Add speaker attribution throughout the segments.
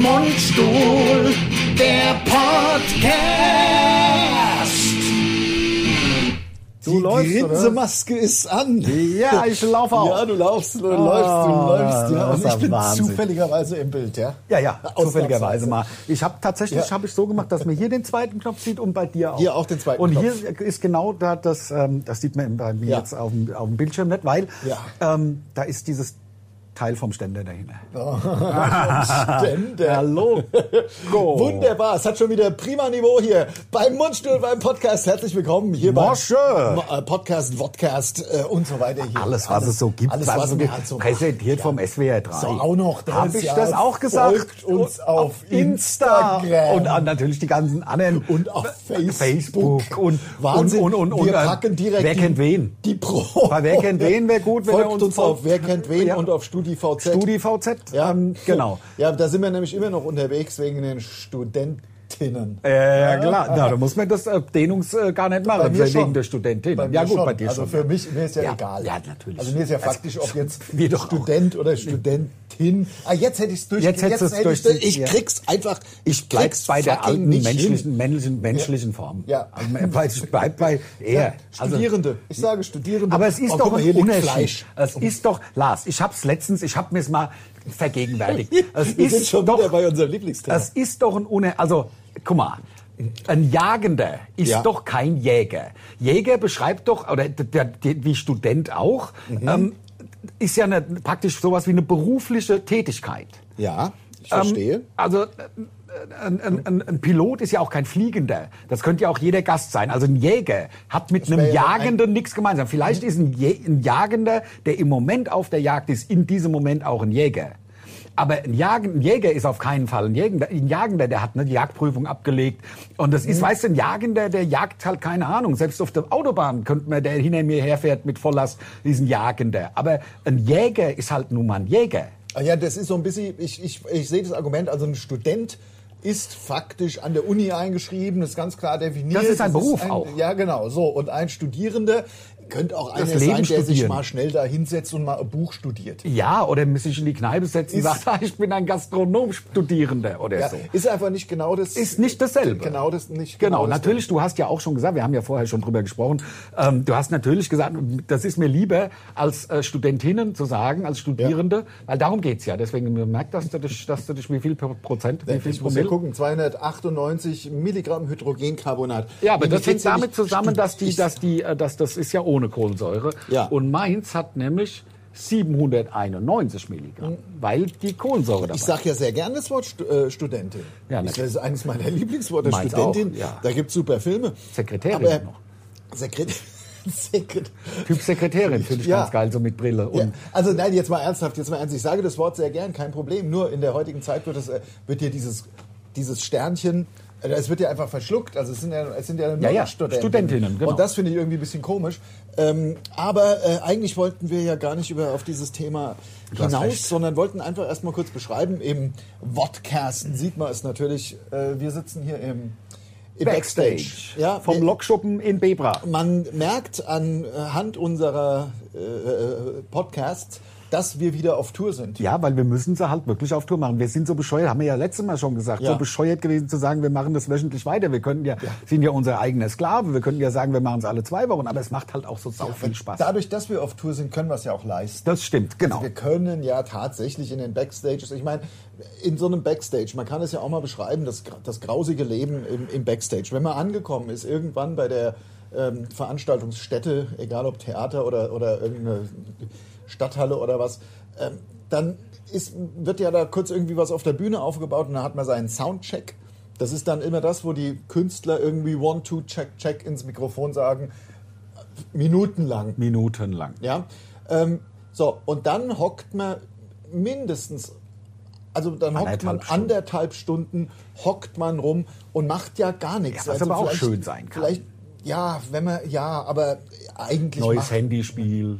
Speaker 1: Mundstuhl, der Podcast.
Speaker 2: Du läufst, oder?
Speaker 1: Grinsemaske ist an.
Speaker 2: Ja, ich laufe auch. Ah,
Speaker 1: Ja, du laufst, du läufst, du läufst. Ja.
Speaker 2: das
Speaker 1: Und
Speaker 2: war
Speaker 1: ich bin
Speaker 2: Wahnsinn.
Speaker 1: zufälligerweise im Bild, ja?
Speaker 2: Ja, ja,
Speaker 1: Ausnahmsweise.
Speaker 2: zufälligerweise mal. Ich habe tatsächlich
Speaker 1: Ja.
Speaker 2: hab ich so gemacht, dass man hier den zweiten Knopf sieht und bei dir auch.
Speaker 1: Hier auch den zweiten
Speaker 2: Und hier
Speaker 1: Knopf.
Speaker 2: ist genau da das, ähm, das sieht man bei mir
Speaker 1: Ja.
Speaker 2: jetzt auf dem, auf dem Bildschirm nicht, weil
Speaker 1: Ja.
Speaker 2: ähm, da ist dieses Teil vom Ständer dahinter.
Speaker 1: Ständer.
Speaker 2: Hallo. Go.
Speaker 1: Wunderbar, es hat schon wieder prima Niveau hier beim Mundstuhl, beim Podcast. Herzlich willkommen hier
Speaker 2: Mosche.
Speaker 1: beim Mo- äh, Podcast, Vodcast äh, und so weiter hier.
Speaker 2: Alles, was es so gibt,
Speaker 1: alles, was,
Speaker 2: es so
Speaker 1: man
Speaker 2: gibt.
Speaker 1: Halt so
Speaker 2: präsentiert vom SWR 3.
Speaker 1: So, auch noch. das
Speaker 2: Habe ich
Speaker 1: ja.
Speaker 2: das auch gesagt?
Speaker 1: Folgt uns
Speaker 2: Und
Speaker 1: auf Instagram.
Speaker 2: Und an, natürlich die ganzen anderen.
Speaker 1: Und auf Facebook.
Speaker 2: Und,
Speaker 1: Wahnsinn.
Speaker 2: und, und, und,
Speaker 1: wir
Speaker 2: und, äh,
Speaker 1: packen direkt
Speaker 2: Wer
Speaker 1: die-
Speaker 2: kennt wen?
Speaker 1: Die Pro.
Speaker 2: Bei Wer kennt wen wäre gut, wenn
Speaker 1: Folgt
Speaker 2: er
Speaker 1: uns,
Speaker 2: uns
Speaker 1: auf
Speaker 2: folgt.
Speaker 1: Wer kennt wen
Speaker 2: Ja.
Speaker 1: und auf StudiVZ.
Speaker 2: StudiVZ?
Speaker 1: ja,
Speaker 2: Ähm, genau.
Speaker 1: Ja, da sind wir nämlich immer noch unterwegs wegen den Studentinnen.
Speaker 2: Äh, ja klar, Na, da muss man das äh, Dehnungs äh, gar nicht machen, wegen
Speaker 1: schon.
Speaker 2: der Studentin.
Speaker 1: Bei mir
Speaker 2: ja gut,
Speaker 1: schon.
Speaker 2: bei dir
Speaker 1: also
Speaker 2: schon.
Speaker 1: für mich, mir ist ja,
Speaker 2: Ja,
Speaker 1: egal.
Speaker 2: ja, natürlich.
Speaker 1: Also mir ist ja
Speaker 2: Also,
Speaker 1: faktisch, ob jetzt
Speaker 2: wir doch auch.
Speaker 1: Student oder Studentin. Ah, jetzt hätte ich es durch.
Speaker 2: Jetzt hättest du's
Speaker 1: hätte ich's
Speaker 2: durch-
Speaker 1: Ich
Speaker 2: ja.
Speaker 1: krieg's einfach. Ich
Speaker 2: Bleib
Speaker 1: krieg's
Speaker 2: bei der
Speaker 1: fucking
Speaker 2: alten
Speaker 1: nicht hin.
Speaker 2: menschlichen, menschlichen, menschlichen Form.
Speaker 1: Ja.
Speaker 2: Also, Bleib, bleib bei
Speaker 1: Ja,
Speaker 2: er. Also-
Speaker 1: Studierende. ich sage Studierende.
Speaker 2: Aber es ist
Speaker 1: Oh, guck
Speaker 2: doch
Speaker 1: mal,
Speaker 2: ein
Speaker 1: hier liegt
Speaker 2: Unterschied. Also,
Speaker 1: Fleisch.
Speaker 2: Es ist doch, Lars, ich hab's letztens, ich hab mir's mal vergegenwärtigt. Es
Speaker 1: Wir
Speaker 2: ist
Speaker 1: sind schon
Speaker 2: doch,
Speaker 1: wieder bei unserem Lieblingsthema.
Speaker 2: Es ist doch ein Une also guck mal, ein Jagender ist
Speaker 1: Ja.
Speaker 2: doch kein Jäger. Jäger beschreibt doch oder d- d- d- wie Student auch ähm, ist ja eine, praktisch sowas wie eine berufliche Tätigkeit.
Speaker 1: Ja, ich
Speaker 2: Ähm,
Speaker 1: verstehe.
Speaker 2: Also äh, ein, ein, ein, ein Pilot ist ja auch kein Fliegender. Das könnte ja auch jeder Gast sein. Also ein Jäger hat mit
Speaker 1: wäre
Speaker 2: einem
Speaker 1: ja ein-
Speaker 2: Jagenden nichts gemeinsam. Vielleicht ist ein, Jä- ein Jagender, der im Moment auf der Jagd ist, in diesem Moment auch ein Jäger. Aber ein, Jagen, ein Jäger ist auf keinen Fall ein Jägender. Ein Jagender, der hat eine Jagdprüfung abgelegt. Und das
Speaker 1: Mhm.
Speaker 2: ist, weißt du, ein Jagender, der jagt halt keine Ahnung. Selbst auf der Autobahn könnte man, der hinter mir herfährt mit Volllast, ist ein Jagender. Aber ein Jäger ist halt nun mal ein Jäger.
Speaker 1: Ah Ja, das ist so ein bisschen, ich, ich, ich sehe das Argument, also ein Student ist faktisch an der Uni eingeschrieben, ist ganz klar definiert.
Speaker 2: Das ist ein Beruf auch.
Speaker 1: Ja, genau, so. Und ein Studierender könnte auch einer
Speaker 2: Leben
Speaker 1: sein, der sich
Speaker 2: studieren.
Speaker 1: mal schnell da hinsetzt und mal ein Buch studiert.
Speaker 2: Ja, oder muss ich in die Kneipe setzen und
Speaker 1: Ist-
Speaker 2: sagen, ich bin ein Gastronom-Studierender oder
Speaker 1: Ja,
Speaker 2: so.
Speaker 1: Ist einfach nicht genau das.
Speaker 2: Ist nicht dasselbe.
Speaker 1: Genau das nicht.
Speaker 2: Genau,
Speaker 1: das-
Speaker 2: natürlich, du hast ja auch schon gesagt, wir haben ja vorher schon drüber gesprochen, ähm, du hast natürlich gesagt, das ist mir lieber als äh, Studentinnen zu sagen, als Studierende, weil darum geht's ja. Deswegen merkt, dass du dich, dass du dich wie viel Pro- Prozent, wie viel
Speaker 1: Ich muss ja
Speaker 2: Promille.
Speaker 1: gucken, 298 Milligramm Hydrogencarbonat.
Speaker 2: Ja, aber
Speaker 1: Wie
Speaker 2: das
Speaker 1: die
Speaker 2: hängt
Speaker 1: Hitze
Speaker 2: damit
Speaker 1: nicht-
Speaker 2: zusammen, dass die,
Speaker 1: Ich-
Speaker 2: dass die, äh, dass das ist ja ohne Kohlensäure.
Speaker 1: Ja.
Speaker 2: Und Mainz hat nämlich 791 Milligramm, weil die Kohlensäure dabei
Speaker 1: Mhm. Ich sage ja sehr gern das Wort Stu- äh, Studentin.
Speaker 2: Ja,
Speaker 1: das
Speaker 2: natürlich.
Speaker 1: ist eines meiner Lieblingsworte.
Speaker 2: Meins
Speaker 1: Studentin,
Speaker 2: auch, ja.
Speaker 1: da gibt es super Filme.
Speaker 2: Sekretärin
Speaker 1: Aber-
Speaker 2: noch.
Speaker 1: Sekret Sekret
Speaker 2: Typ Sekretärin finde ich
Speaker 1: Ja.
Speaker 2: ganz geil, so mit Brille.
Speaker 1: ja.
Speaker 2: Und
Speaker 1: Also nein, jetzt mal ernsthaft, jetzt mal ernst. Ich sage das Wort sehr gern, kein Problem. Nur in der heutigen Zeit wird, es, äh, wird hier dieses, dieses Sternchen, äh, es wird ja einfach verschluckt. Also es sind ja, es sind ja, nur
Speaker 2: Ja, ja,
Speaker 1: noch
Speaker 2: Studentinnen, genau.
Speaker 1: Und das finde ich irgendwie ein bisschen komisch. Ähm, aber äh, eigentlich wollten wir ja gar nicht über, auf dieses Thema
Speaker 2: hast
Speaker 1: hinaus,
Speaker 2: recht.
Speaker 1: sondern wollten einfach erstmal kurz beschreiben. Im Vodcasten sieht man es natürlich. Äh, wir sitzen hier im, im Backstage. Ja,
Speaker 2: Vom
Speaker 1: wir-
Speaker 2: Lokschuppen in Bebra.
Speaker 1: man merkt anhand unserer äh, äh, Podcasts, dass wir wieder auf Tour sind.
Speaker 2: Ja, weil wir müssen sie halt wirklich auf Tour machen. Wir sind so bescheuert, haben wir ja letztes Mal schon gesagt,
Speaker 1: Ja.
Speaker 2: so bescheuert gewesen zu sagen, wir machen das wöchentlich weiter. Wir könnten ja, sind ja unser eigener Sklave. Wir könnten ja sagen, wir machen es alle zwei Wochen, aber es macht halt auch so sau viel Spaß.
Speaker 1: Dadurch, dass wir auf Tour sind, können wir es ja auch leisten.
Speaker 2: Das stimmt, genau.
Speaker 1: Also Wir können ja tatsächlich in den Backstages, ich meine, in so einem Backstage, man kann es ja auch mal beschreiben, das, das grausige Leben im, im Backstage. Wenn man angekommen ist, irgendwann bei der ähm, Veranstaltungsstätte, egal ob Theater oder, oder irgendeine Stadthalle oder was, ähm, dann ist, wird ja da kurz irgendwie was auf der Bühne aufgebaut und dann hat man seinen Soundcheck. Das ist dann immer das, wo die Künstler irgendwie One, Two, Check, Check ins Mikrofon sagen, äh, minutenlang.
Speaker 2: Minutenlang.
Speaker 1: Ja? Ähm, so, und dann hockt man mindestens, also dann hockt man
Speaker 2: Anderthalb Stunden.
Speaker 1: anderthalb Stunden, hockt man rum und macht ja gar nichts. Also
Speaker 2: Ja, was aber auch schön sein kann.
Speaker 1: Vielleicht, ja, wenn man, ja, aber eigentlich
Speaker 2: Neues
Speaker 1: macht,
Speaker 2: Handyspiel.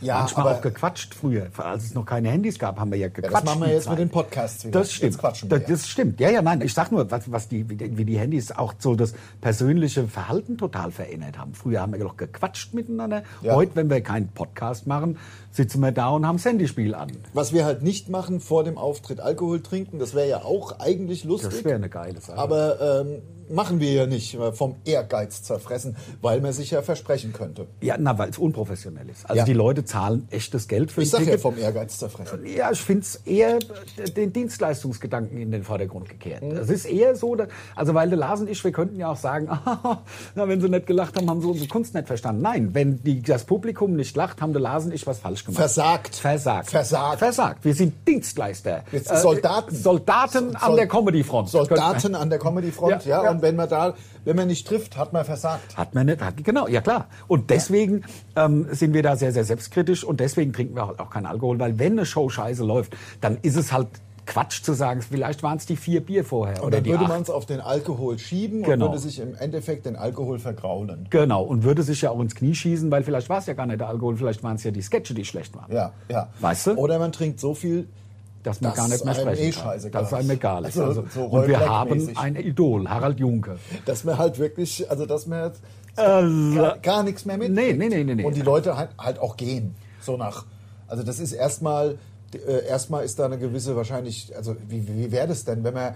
Speaker 1: Ja,
Speaker 2: Manchmal
Speaker 1: aber-
Speaker 2: auch gequatscht früher. Als es noch keine Handys gab, haben wir ja gequatscht.
Speaker 1: das machen wir
Speaker 2: die
Speaker 1: jetzt
Speaker 2: Zeit.
Speaker 1: mit den Podcasts wieder.
Speaker 2: Das stimmt.
Speaker 1: Jetzt quatschen wir.
Speaker 2: das, das stimmt. Ja, ja, nein. Ich sag nur, was, was die, wie die- wie die Handys auch so das persönliche Verhalten total verändert haben. Früher haben wir noch gequatscht miteinander.
Speaker 1: Ja.
Speaker 2: Heute, wenn wir keinen Podcast machen, sitzen wir da und haben das Handyspiel an.
Speaker 1: Was wir halt nicht machen vor dem Auftritt, Alkohol trinken, das wäre ja auch eigentlich lustig.
Speaker 2: Das wäre eine geile Sache.
Speaker 1: Aber ähm, machen wir ja nicht äh, vom Ehrgeiz zerfressen, weil man sich ja versprechen könnte.
Speaker 2: ja, na, weil es unprofessionell ist. Also
Speaker 1: Ja.
Speaker 2: die Leute zahlen echtes Geld für
Speaker 1: Ich
Speaker 2: ein
Speaker 1: sage ja
Speaker 2: Ticket.
Speaker 1: vom Ehrgeiz zerfressen.
Speaker 2: Ja, ich finde es eher äh, den Dienstleistungsgedanken in den Vordergrund gekehrt.
Speaker 1: Mhm.
Speaker 2: Es ist eher so, dass, also weil der Lars und ich, wir könnten ja auch sagen, na, wenn sie nicht gelacht haben, haben sie unsere Kunst nicht verstanden. Nein, wenn die, das Publikum nicht lacht, haben der Lars und ich was falsch gemacht.
Speaker 1: Versagt.
Speaker 2: Versagt.
Speaker 1: Versagt.
Speaker 2: Versagt. Wir sind Dienstleister.
Speaker 1: Jetzt
Speaker 2: Äh,
Speaker 1: Soldaten.
Speaker 2: Soldaten an
Speaker 1: Sol-
Speaker 2: der Comedy-Front. Könnte-
Speaker 1: Soldaten an der Comedy-Front,
Speaker 2: Ja,
Speaker 1: ja,
Speaker 2: ja.
Speaker 1: Und wenn man da, wenn man nicht trifft, hat man versagt.
Speaker 2: Hat man nicht, hat, genau, ja klar. Und deswegen ähm, sind wir da sehr, sehr selbstkritisch und deswegen trinken wir halt auch keinen Alkohol, weil wenn eine Show scheiße läuft, dann ist es halt Quatsch zu sagen, vielleicht waren es die vier Bier vorher
Speaker 1: Und
Speaker 2: oder
Speaker 1: dann
Speaker 2: die
Speaker 1: würde
Speaker 2: acht.
Speaker 1: man es auf den Alkohol schieben
Speaker 2: Genau.
Speaker 1: und würde sich im Endeffekt den Alkohol vergraulen.
Speaker 2: Genau, und würde sich ja auch ins Knie schießen, weil vielleicht war es ja gar nicht der Alkohol, vielleicht waren es ja die Sketche, die schlecht waren.
Speaker 1: Ja, ja.
Speaker 2: Weißt du?
Speaker 1: Oder man trinkt so viel,
Speaker 2: Dass man
Speaker 1: Das
Speaker 2: gar nicht mehr
Speaker 1: ist einem
Speaker 2: sprechen
Speaker 1: eh
Speaker 2: kann.
Speaker 1: scheißegal.
Speaker 2: Das ist einem egal. ist.
Speaker 1: Also,
Speaker 2: Also,
Speaker 1: so
Speaker 2: und wir
Speaker 1: Rollback-mäßig.
Speaker 2: haben ein Idol, Harald Junke.
Speaker 1: dass man halt wirklich, also dass man jetzt
Speaker 2: Also,
Speaker 1: gar, gar nichts mehr mit.
Speaker 2: Nee, nee, nee, nee, nee.
Speaker 1: Und die Leute halt, halt auch gehen. So nach. Also das ist erstmal, äh, erstmal ist da eine gewisse wahrscheinlich, also wie, wie wäre das denn, wenn man,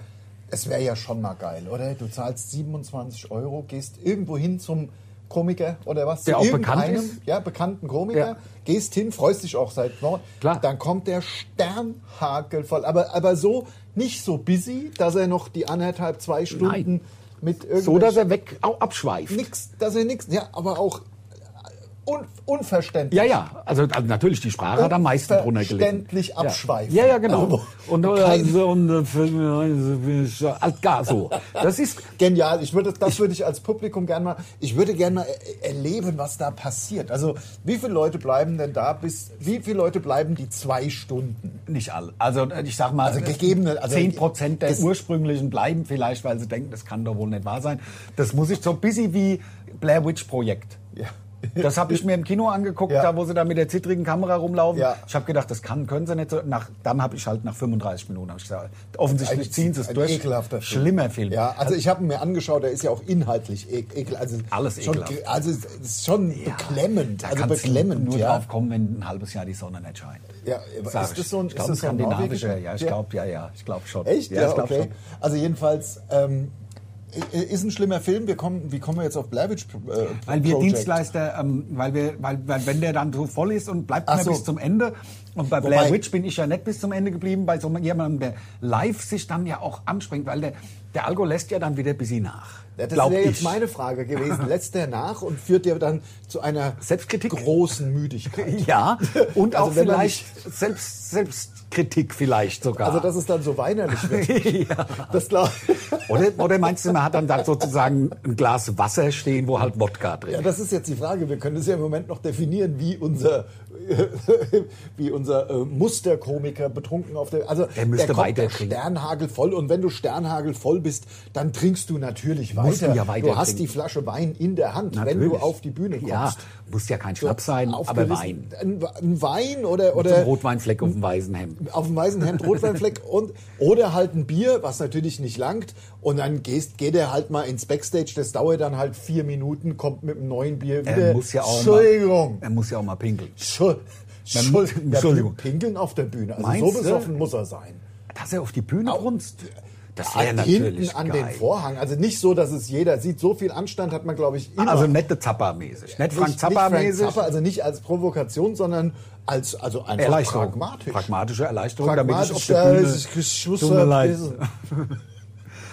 Speaker 1: es wäre ja schon mal geil, oder? Du zahlst 27 Euro, gehst irgendwo hin zum Komiker oder was?
Speaker 2: Der
Speaker 1: zu
Speaker 2: auch bekannt
Speaker 1: irgendeinem,
Speaker 2: ist?
Speaker 1: Ja, bekannten Komiker.
Speaker 2: Ja.
Speaker 1: Gehst hin, freust dich auch seit Morgen.
Speaker 2: Klar.
Speaker 1: Dann kommt der Sternhagel voll. Aber, aber so, nicht so busy, dass er noch die anderthalb, zwei Stunden mit irgendwelchen...
Speaker 2: so, dass er weg, auch abschweift.
Speaker 1: Nix, dass er nix, ja, aber auch äh, un, unverständlich.
Speaker 2: Ja, ja, also, also natürlich, die Sprache hat am meisten drunter gelitten.
Speaker 1: Verständlich abschweifen.
Speaker 2: Ja, ja, genau.
Speaker 1: Also,
Speaker 2: und
Speaker 1: kein-
Speaker 2: also, und äh, für- äh, so, alt gar so. Das ist,
Speaker 1: Genial, ich würde, das würde ich als Publikum gerne mal, ich würde gerne mal er- erleben, was da passiert. Also, wie viele Leute bleiben denn da bis, wie viele Leute bleiben die zwei Stunden?
Speaker 2: Nicht alle. Also äh, ich sag mal,
Speaker 1: Also gegebene- also
Speaker 2: 10% der
Speaker 1: das-
Speaker 2: ursprünglichen bleiben vielleicht, weil sie denken, das kann doch wohl nicht wahr sein. Das muss ich so ein bisschen wie Blair Witch Projekt.
Speaker 1: Ja.
Speaker 2: Das habe ich mir im Kino angeguckt,
Speaker 1: Ja.
Speaker 2: da wo sie da mit der zittrigen Kamera rumlaufen.
Speaker 1: Ja.
Speaker 2: Ich habe gedacht, das kann, können sie nicht. So. Nach, dann habe ich halt nach 35 Minuten hab ich gesagt,
Speaker 1: Ein-
Speaker 2: offensichtlich ziehen sie es
Speaker 1: ein
Speaker 2: durch.
Speaker 1: ekelhafter Film.
Speaker 2: Schlimmer Film.
Speaker 1: Ja, also ich habe ihn mir angeschaut, der ist ja auch inhaltlich e- ekel, also
Speaker 2: Alles
Speaker 1: schon,
Speaker 2: ekelhaft.
Speaker 1: ge- Also es ist schon beklemmend,
Speaker 2: Da
Speaker 1: also
Speaker 2: kannst du
Speaker 1: beklemmend,
Speaker 2: nur
Speaker 1: ja.
Speaker 2: drauf kommen, wenn ein halbes Jahr die Sonne nicht scheint.
Speaker 1: Ja, aber
Speaker 2: Sag
Speaker 1: ist
Speaker 2: ich.
Speaker 1: das so ein-
Speaker 2: ich glaub,
Speaker 1: ist das so ein
Speaker 2: skandinavischer?
Speaker 1: norwegischer?
Speaker 2: Ja, ich
Speaker 1: Ja.
Speaker 2: glaube, ja, ja, ich glaube schon.
Speaker 1: Echt?
Speaker 2: Ja,
Speaker 1: Ja,
Speaker 2: ich glaub
Speaker 1: okay.
Speaker 2: schon.
Speaker 1: Also jedenfalls ähm, i- i- ist ein schlimmer Film. Wir kommen, wie kommen wir jetzt auf Blavich? Äh,
Speaker 2: Weil wir
Speaker 1: Project?
Speaker 2: Dienstleister, ähm, weil wir, weil, weil wenn der dann so voll ist und bleibt
Speaker 1: Ach
Speaker 2: immer
Speaker 1: so.
Speaker 2: bis zum Ende. Und bei Blair
Speaker 1: Wobei-
Speaker 2: Witch bin ich ja nicht bis zum Ende geblieben, bei so jemandem, der live sich dann ja auch anspringt, weil der, der Algo lässt ja dann wieder ein bisschen nach.
Speaker 1: Ja, das
Speaker 2: glaub
Speaker 1: wäre jetzt
Speaker 2: ich.
Speaker 1: meine Frage gewesen. Lässt der nach und führt der dann zu einer
Speaker 2: Selbstkritik?
Speaker 1: großen Müdigkeit?
Speaker 2: Ja, und
Speaker 1: Also
Speaker 2: auch
Speaker 1: wenn man
Speaker 2: vielleicht Selbst, Selbstkritik vielleicht sogar.
Speaker 1: Also dass es dann so weinerlich wird. Das glaube
Speaker 2: oder, oder meinst du, man hat dann da sozusagen ein Glas Wasser stehen, wo halt Wodka drin
Speaker 1: Ja,
Speaker 2: ist?
Speaker 1: das ist jetzt die Frage. Wir können es ja im Moment noch definieren, wie unser, wie unser äh, Musterkomiker betrunken auf der. Also
Speaker 2: Er müsste
Speaker 1: der kommt
Speaker 2: weiter
Speaker 1: doch
Speaker 2: trinken.
Speaker 1: Sternhagel voll. Und wenn du Sternhagel voll bist, dann trinkst du natürlich
Speaker 2: Musst
Speaker 1: weiter.
Speaker 2: du ja weiter
Speaker 1: du hast
Speaker 2: trinken.
Speaker 1: die Flasche Wein in der Hand, wenn
Speaker 2: Natürlich.
Speaker 1: du auf die Bühne kommst.
Speaker 2: Ja, muss ja kein Schnaps sein, aber
Speaker 1: Aufgerissen-
Speaker 2: Wein.
Speaker 1: Ein, ein Wein oder
Speaker 2: Oder
Speaker 1: oder
Speaker 2: Rotweinfleck auf dem weißen Hemd.
Speaker 1: auf dem weißen Hemd Rotweinfleck und oder halt ein Bier, was natürlich nicht langt. Und dann gehst, geht er halt mal ins Backstage. Das dauert dann halt vier Minuten, kommt mit einem neuen Bier wieder.
Speaker 2: Er muss ja auch
Speaker 1: Entschuldigung.
Speaker 2: Mal, er muss ja auch mal pinkeln.
Speaker 1: Schu-
Speaker 2: muss-
Speaker 1: Schu-
Speaker 2: Entschuldigung.
Speaker 1: Ja, pinkeln auf der Bühne. Also
Speaker 2: Meinst
Speaker 1: so
Speaker 2: du?
Speaker 1: besoffen muss er sein.
Speaker 2: Dass er auf die Bühne runzt. Das
Speaker 1: Ah,
Speaker 2: wäre natürlich
Speaker 1: Hinten an
Speaker 2: geil.
Speaker 1: den Vorhang. Also nicht so, dass es jeder sieht. So viel Anstand hat man, glaube ich, immer.
Speaker 2: Also nette Zappa-mäßig. Nicht Frank
Speaker 1: Nicht- nicht Frank
Speaker 2: Zappa-mäßig.
Speaker 1: Zappa, also nicht als Provokation, sondern als also einfach
Speaker 2: Erleichterung.
Speaker 1: pragmatisch.
Speaker 2: Pragmatische Erleichterung, damit ich auf
Speaker 1: Pragmatisch,
Speaker 2: der
Speaker 1: ja,
Speaker 2: Bühne...
Speaker 1: ich- ich muss
Speaker 2: Tut mir leid.
Speaker 1: wissen.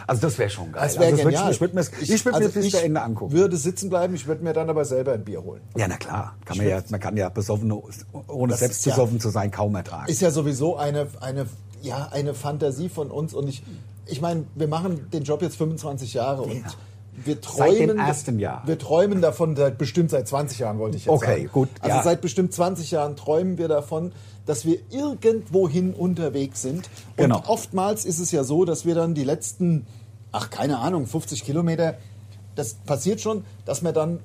Speaker 2: Also das wäre schon geil.
Speaker 1: Das wäre
Speaker 2: also würd
Speaker 1: genial.
Speaker 2: Ich, ich würde mir das ich würd mir
Speaker 1: also
Speaker 2: das bis
Speaker 1: ich
Speaker 2: zu Ende angucken.
Speaker 1: würde sitzen bleiben, ich würde mir dann aber selber ein Bier holen.
Speaker 2: Ja, na klar. Kann man, ja, man kann ja besoffene, ohne
Speaker 1: Das
Speaker 2: selbst
Speaker 1: ist ja-
Speaker 2: besoffen zu sein, kaum ertragen.
Speaker 1: Ist ja sowieso eine, eine, ja, eine Fantasie von uns. Und ich, ich meine, wir machen den Job jetzt 25 Jahre und wir träumen.
Speaker 2: dem ersten Jahr.
Speaker 1: Wir träumen davon, seit, bestimmt seit 20 Jahren, wollte ich jetzt
Speaker 2: Okay,
Speaker 1: sagen.
Speaker 2: gut,
Speaker 1: Also
Speaker 2: ja.
Speaker 1: seit bestimmt 20 Jahren träumen wir davon, dass wir irgendwohin unterwegs sind.
Speaker 2: Genau.
Speaker 1: Und oftmals ist es ja so, dass wir dann die letzten, ach keine Ahnung, 50 Kilometer, das passiert schon, dass wir dann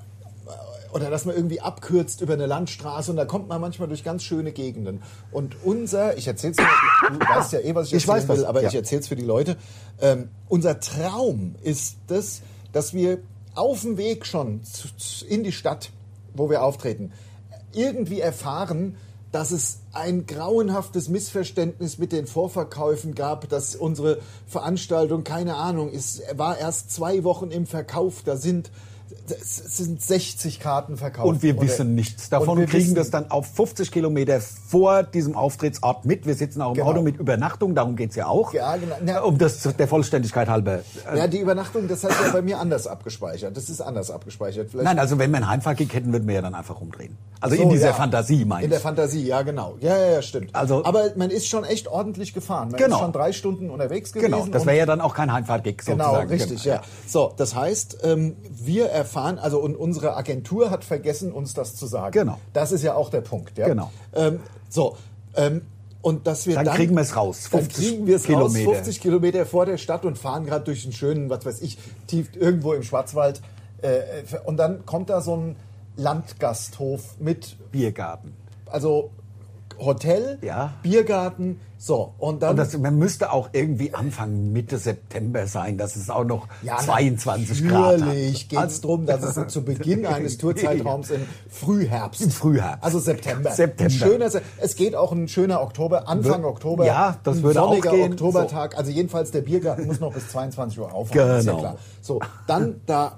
Speaker 1: äh, oder dass man irgendwie abkürzt über eine Landstraße und da kommt man manchmal durch ganz schöne Gegenden. Und unser, ich erzähl's dir, du weißt ja eh, was ich
Speaker 2: Ich
Speaker 1: erzählen
Speaker 2: weiß was,
Speaker 1: will, aber
Speaker 2: ja.
Speaker 1: ich erzähl's für die Leute. Ähm, unser Traum ist das, dass wir auf dem Weg schon zu, zu, in die Stadt, wo wir auftreten, irgendwie erfahren, dass es ein grauenhaftes Missverständnis mit den Vorverkäufen gab, dass unsere Veranstaltung, keine Ahnung, ist, war erst zwei Wochen im Verkauf, da sind es sind 60 Karten verkauft.
Speaker 2: Und wir
Speaker 1: Oder-
Speaker 2: wissen nichts davon
Speaker 1: wir
Speaker 2: und kriegen
Speaker 1: wissen-
Speaker 2: das dann auf 50 Kilometer vor diesem Auftrittsort mit. Wir sitzen auch im
Speaker 1: Genau.
Speaker 2: Auto mit Übernachtung, darum geht's ja auch.
Speaker 1: Ja, genau. Na-
Speaker 2: um das zu- der Vollständigkeit halber. Äh,
Speaker 1: Ja, die Übernachtung, das hat ja bei mir anders abgespeichert. Das ist anders abgespeichert. Vielleicht
Speaker 2: Nein, also wenn wir einen Heimfahrkick hätten, würden wir ja dann einfach rumdrehen. Also
Speaker 1: So,
Speaker 2: in dieser
Speaker 1: ja.
Speaker 2: Fantasie, meine
Speaker 1: In
Speaker 2: ich.
Speaker 1: der Fantasie, ja, genau. Ja, ja, ja, stimmt.
Speaker 2: Also-
Speaker 1: Aber man ist schon echt ordentlich gefahren. Man
Speaker 2: Genau.
Speaker 1: ist schon drei Stunden unterwegs gewesen.
Speaker 2: Genau, das
Speaker 1: und-
Speaker 2: wäre ja dann auch kein Heimfahrtgig
Speaker 1: Genau,
Speaker 2: sozusagen.
Speaker 1: richtig,
Speaker 2: Genau.
Speaker 1: ja. So, das heißt, ähm, wir erfahren, also und unsere Agentur hat vergessen, uns das zu sagen.
Speaker 2: Genau.
Speaker 1: Das ist ja auch der Punkt, ja.
Speaker 2: Genau.
Speaker 1: Ähm, so, ähm, und dass wir
Speaker 2: Dann
Speaker 1: dann,
Speaker 2: kriegen wir's raus,
Speaker 1: Dann
Speaker 2: 50
Speaker 1: kriegen wir es raus,
Speaker 2: Kilometer.
Speaker 1: 50 Kilometer vor der Stadt und fahren gerade durch einen schönen, was weiß ich, tief irgendwo im Schwarzwald. Äh, und dann kommt da so ein Landgasthof mit,
Speaker 2: Biergarten.
Speaker 1: also Hotel,
Speaker 2: Ja.
Speaker 1: Biergarten, so. Und dann
Speaker 2: Und das, man müsste auch irgendwie Anfang Mitte September sein, dass es auch noch 22 Grad hat. Also
Speaker 1: Natürlich geht es darum, dass es zu Beginn eines Tourzeitraums im Frühherbst.
Speaker 2: Im Frühherbst.
Speaker 1: Also September.
Speaker 2: September.
Speaker 1: Ein schöner, Se- es geht auch ein schöner Oktober, Anfang
Speaker 2: Wür-
Speaker 1: Oktober.
Speaker 2: Ja, das
Speaker 1: ein
Speaker 2: würde auch
Speaker 1: sonniger
Speaker 2: gehen.
Speaker 1: Oktobertag. Also jedenfalls der Biergarten muss noch bis 22 Uhr aufhaben. ist ja
Speaker 2: Genau.
Speaker 1: klar. So, dann da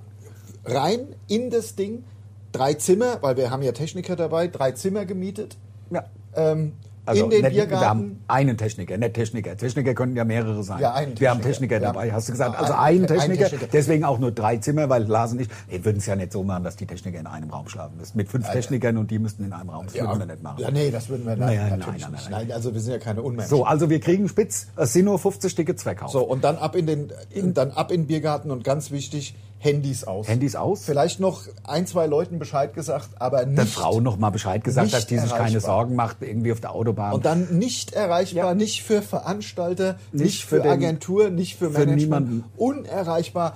Speaker 1: rein in das Ding. Drei Zimmer, weil wir haben ja Techniker dabei, drei Zimmer gemietet.
Speaker 2: Ja.
Speaker 1: Ähm,
Speaker 2: Also
Speaker 1: in den
Speaker 2: nicht,
Speaker 1: Biergarten.
Speaker 2: Wir haben einen Techniker, nicht Techniker. Techniker könnten ja mehrere sein.
Speaker 1: Ja, einen
Speaker 2: wir haben
Speaker 1: Techniker.
Speaker 2: Techniker
Speaker 1: Wir
Speaker 2: dabei,
Speaker 1: haben-
Speaker 2: hast du gesagt.
Speaker 1: Ja,
Speaker 2: Also
Speaker 1: einen-
Speaker 2: einen Techniker,
Speaker 1: einen Techniker.
Speaker 2: deswegen auch nur drei Zimmer, weil Lars und ich, wir würden es ja nicht so machen, dass die Techniker in einem Raum schlafen müssen. Mit fünf Technikern und die müssten in einem Raum. Das würden wir nicht machen.
Speaker 1: Ja, nee, das würden wir nein,
Speaker 2: Naja, nein,
Speaker 1: natürlich
Speaker 2: nein,
Speaker 1: nicht.
Speaker 2: nein,
Speaker 1: Nein, also wir sind ja keine Unmenschen.
Speaker 2: So, also wir kriegen spitz, es sind nur 50 Tickets verkauft.
Speaker 1: So, und dann ab in den dann ab in den Biergarten und ganz wichtig, Handys aus.
Speaker 2: Handys aus.
Speaker 1: Vielleicht noch ein, zwei Leuten Bescheid gesagt, aber nicht.
Speaker 2: der Frau noch mal Bescheid gesagt,
Speaker 1: nicht
Speaker 2: dass die sich keine
Speaker 1: erreichbar.
Speaker 2: Sorgen macht, irgendwie auf der Autobahn.
Speaker 1: Und dann nicht erreichbar, nicht für Veranstalter, nicht, für,
Speaker 2: für den-
Speaker 1: Agentur, nicht für,
Speaker 2: für
Speaker 1: Management.
Speaker 2: niemanden.
Speaker 1: Unerreichbar.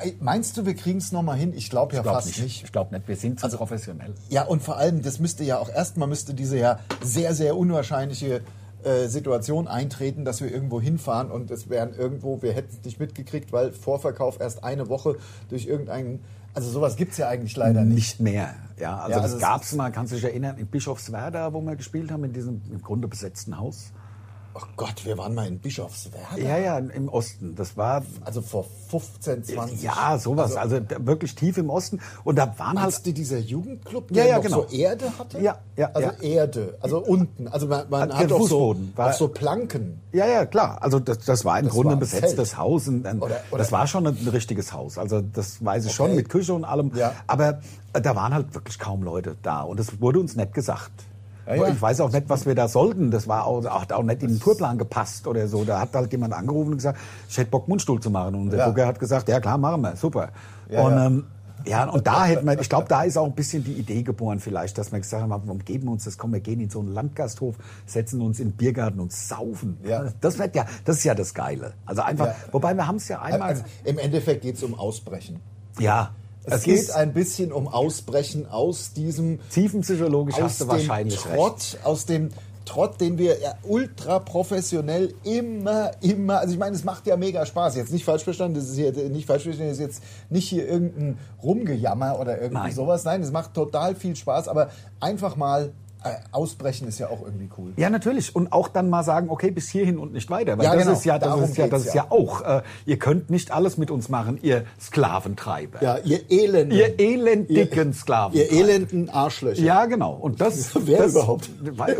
Speaker 1: Äh, Meinst du, wir kriegen es nochmal hin? Ich glaube ja
Speaker 2: glaub
Speaker 1: fast nicht. Also
Speaker 2: Ich glaube nicht, wir sind zu professionell.
Speaker 1: Ja, und vor allem, das müsste ja auch erstmal müsste diese ja sehr, sehr unwahrscheinliche äh, Situation eintreten, dass wir irgendwo hinfahren und es wären irgendwo, wir hätten es nicht mitgekriegt, weil Vorverkauf erst eine Woche durch irgendeinen. Also sowas gibt's ja eigentlich leider nicht.
Speaker 2: Nicht mehr. Ja, also,
Speaker 1: Ja, also
Speaker 2: das
Speaker 1: es
Speaker 2: gab's mal, kannst du dich erinnern, in Bischofswerda, wo wir gespielt haben, in diesem im Grunde besetzten Haus.
Speaker 1: Oh Gott, wir waren mal in Bischofswerda.
Speaker 2: Ja, ja, im Osten. Das war
Speaker 1: Also vor 15, 20
Speaker 2: ja sowas, also, da- wirklich tief im Osten. Und da waren halt
Speaker 1: Als die dieser Jugendclub,
Speaker 2: Ja,
Speaker 1: der
Speaker 2: ja,
Speaker 1: noch
Speaker 2: genau.
Speaker 1: so Erde hatte?
Speaker 2: Ja, ja,
Speaker 1: Also
Speaker 2: ja.
Speaker 1: Erde, also unten. Also man, man
Speaker 2: Also
Speaker 1: hat
Speaker 2: der
Speaker 1: auch so,
Speaker 2: Fußboden war-
Speaker 1: auch so Planken.
Speaker 2: Ja, ja, klar. Also das, das war im
Speaker 1: Das
Speaker 2: Grunde
Speaker 1: war
Speaker 2: ein
Speaker 1: ein
Speaker 2: besetztes
Speaker 1: Zelt.
Speaker 2: Haus. Und, ein-
Speaker 1: Oder- oder-
Speaker 2: das war schon ein richtiges Haus. Also das weiß ich
Speaker 1: Okay.
Speaker 2: schon mit Küche und allem.
Speaker 1: Ja.
Speaker 2: Aber äh, da waren halt wirklich kaum Leute da. Und es wurde uns nicht gesagt.
Speaker 1: Ja, ja.
Speaker 2: Ich weiß auch nicht, was wir da sollten. Das war auch, hat auch nicht in den Tourplan gepasst oder so. Da hat halt jemand angerufen und gesagt, ich hätte Bock, Mundstuhl zu machen. Und der
Speaker 1: Ja.
Speaker 2: Booker hat gesagt, ja klar, machen wir, super.
Speaker 1: Ja,
Speaker 2: und,
Speaker 1: ja.
Speaker 2: Ähm, ja, und da hätten wir, ich glaube, da ist auch ein bisschen die Idee geboren vielleicht, dass wir gesagt haben, warum geben wir uns das, komm, wir gehen in so einen Landgasthof, setzen uns in den Biergarten und saufen.
Speaker 1: Ja.
Speaker 2: Das wird ja, das ist ja das Geile. Also einfach,
Speaker 1: Ja.
Speaker 2: wobei wir haben es ja einmal,
Speaker 1: Also, Im Endeffekt geht's um Ausbrechen.
Speaker 2: ja,
Speaker 1: Es, geht
Speaker 2: ist
Speaker 1: ein bisschen um Ausbrechen aus diesem
Speaker 2: tiefenpsychologisch
Speaker 1: aus
Speaker 2: hast du
Speaker 1: dem
Speaker 2: wahrscheinlich recht.
Speaker 1: Trott, aus dem Trott, den wir ja ultra professionell immer, immer, also ich meine, es macht ja mega Spaß. Jetzt nicht falsch verstanden, das ist hier nicht falsch verstanden, das ist jetzt nicht hier irgendein Rumgejammer oder irgendwie
Speaker 2: Nein.
Speaker 1: sowas. Nein, es macht total viel Spaß, aber einfach mal äh, ausbrechen ist ja auch irgendwie cool.
Speaker 2: Ja, natürlich. Und auch dann mal sagen, okay, bis hierhin und nicht weiter. Weil
Speaker 1: Ja,
Speaker 2: das
Speaker 1: genau.
Speaker 2: ist ja, das
Speaker 1: Darum
Speaker 2: ist ja, das
Speaker 1: geht's
Speaker 2: ist
Speaker 1: ja.
Speaker 2: ja auch. Äh, ihr könnt nicht alles mit uns machen, ihr Sklaventreiber.
Speaker 1: Ja, ihr elenden,
Speaker 2: Ihr elendigen Sklaven.
Speaker 1: ihr elenden Arschlöcher.
Speaker 2: Ja, genau. Und das,
Speaker 1: Wer
Speaker 2: das
Speaker 1: überhaupt?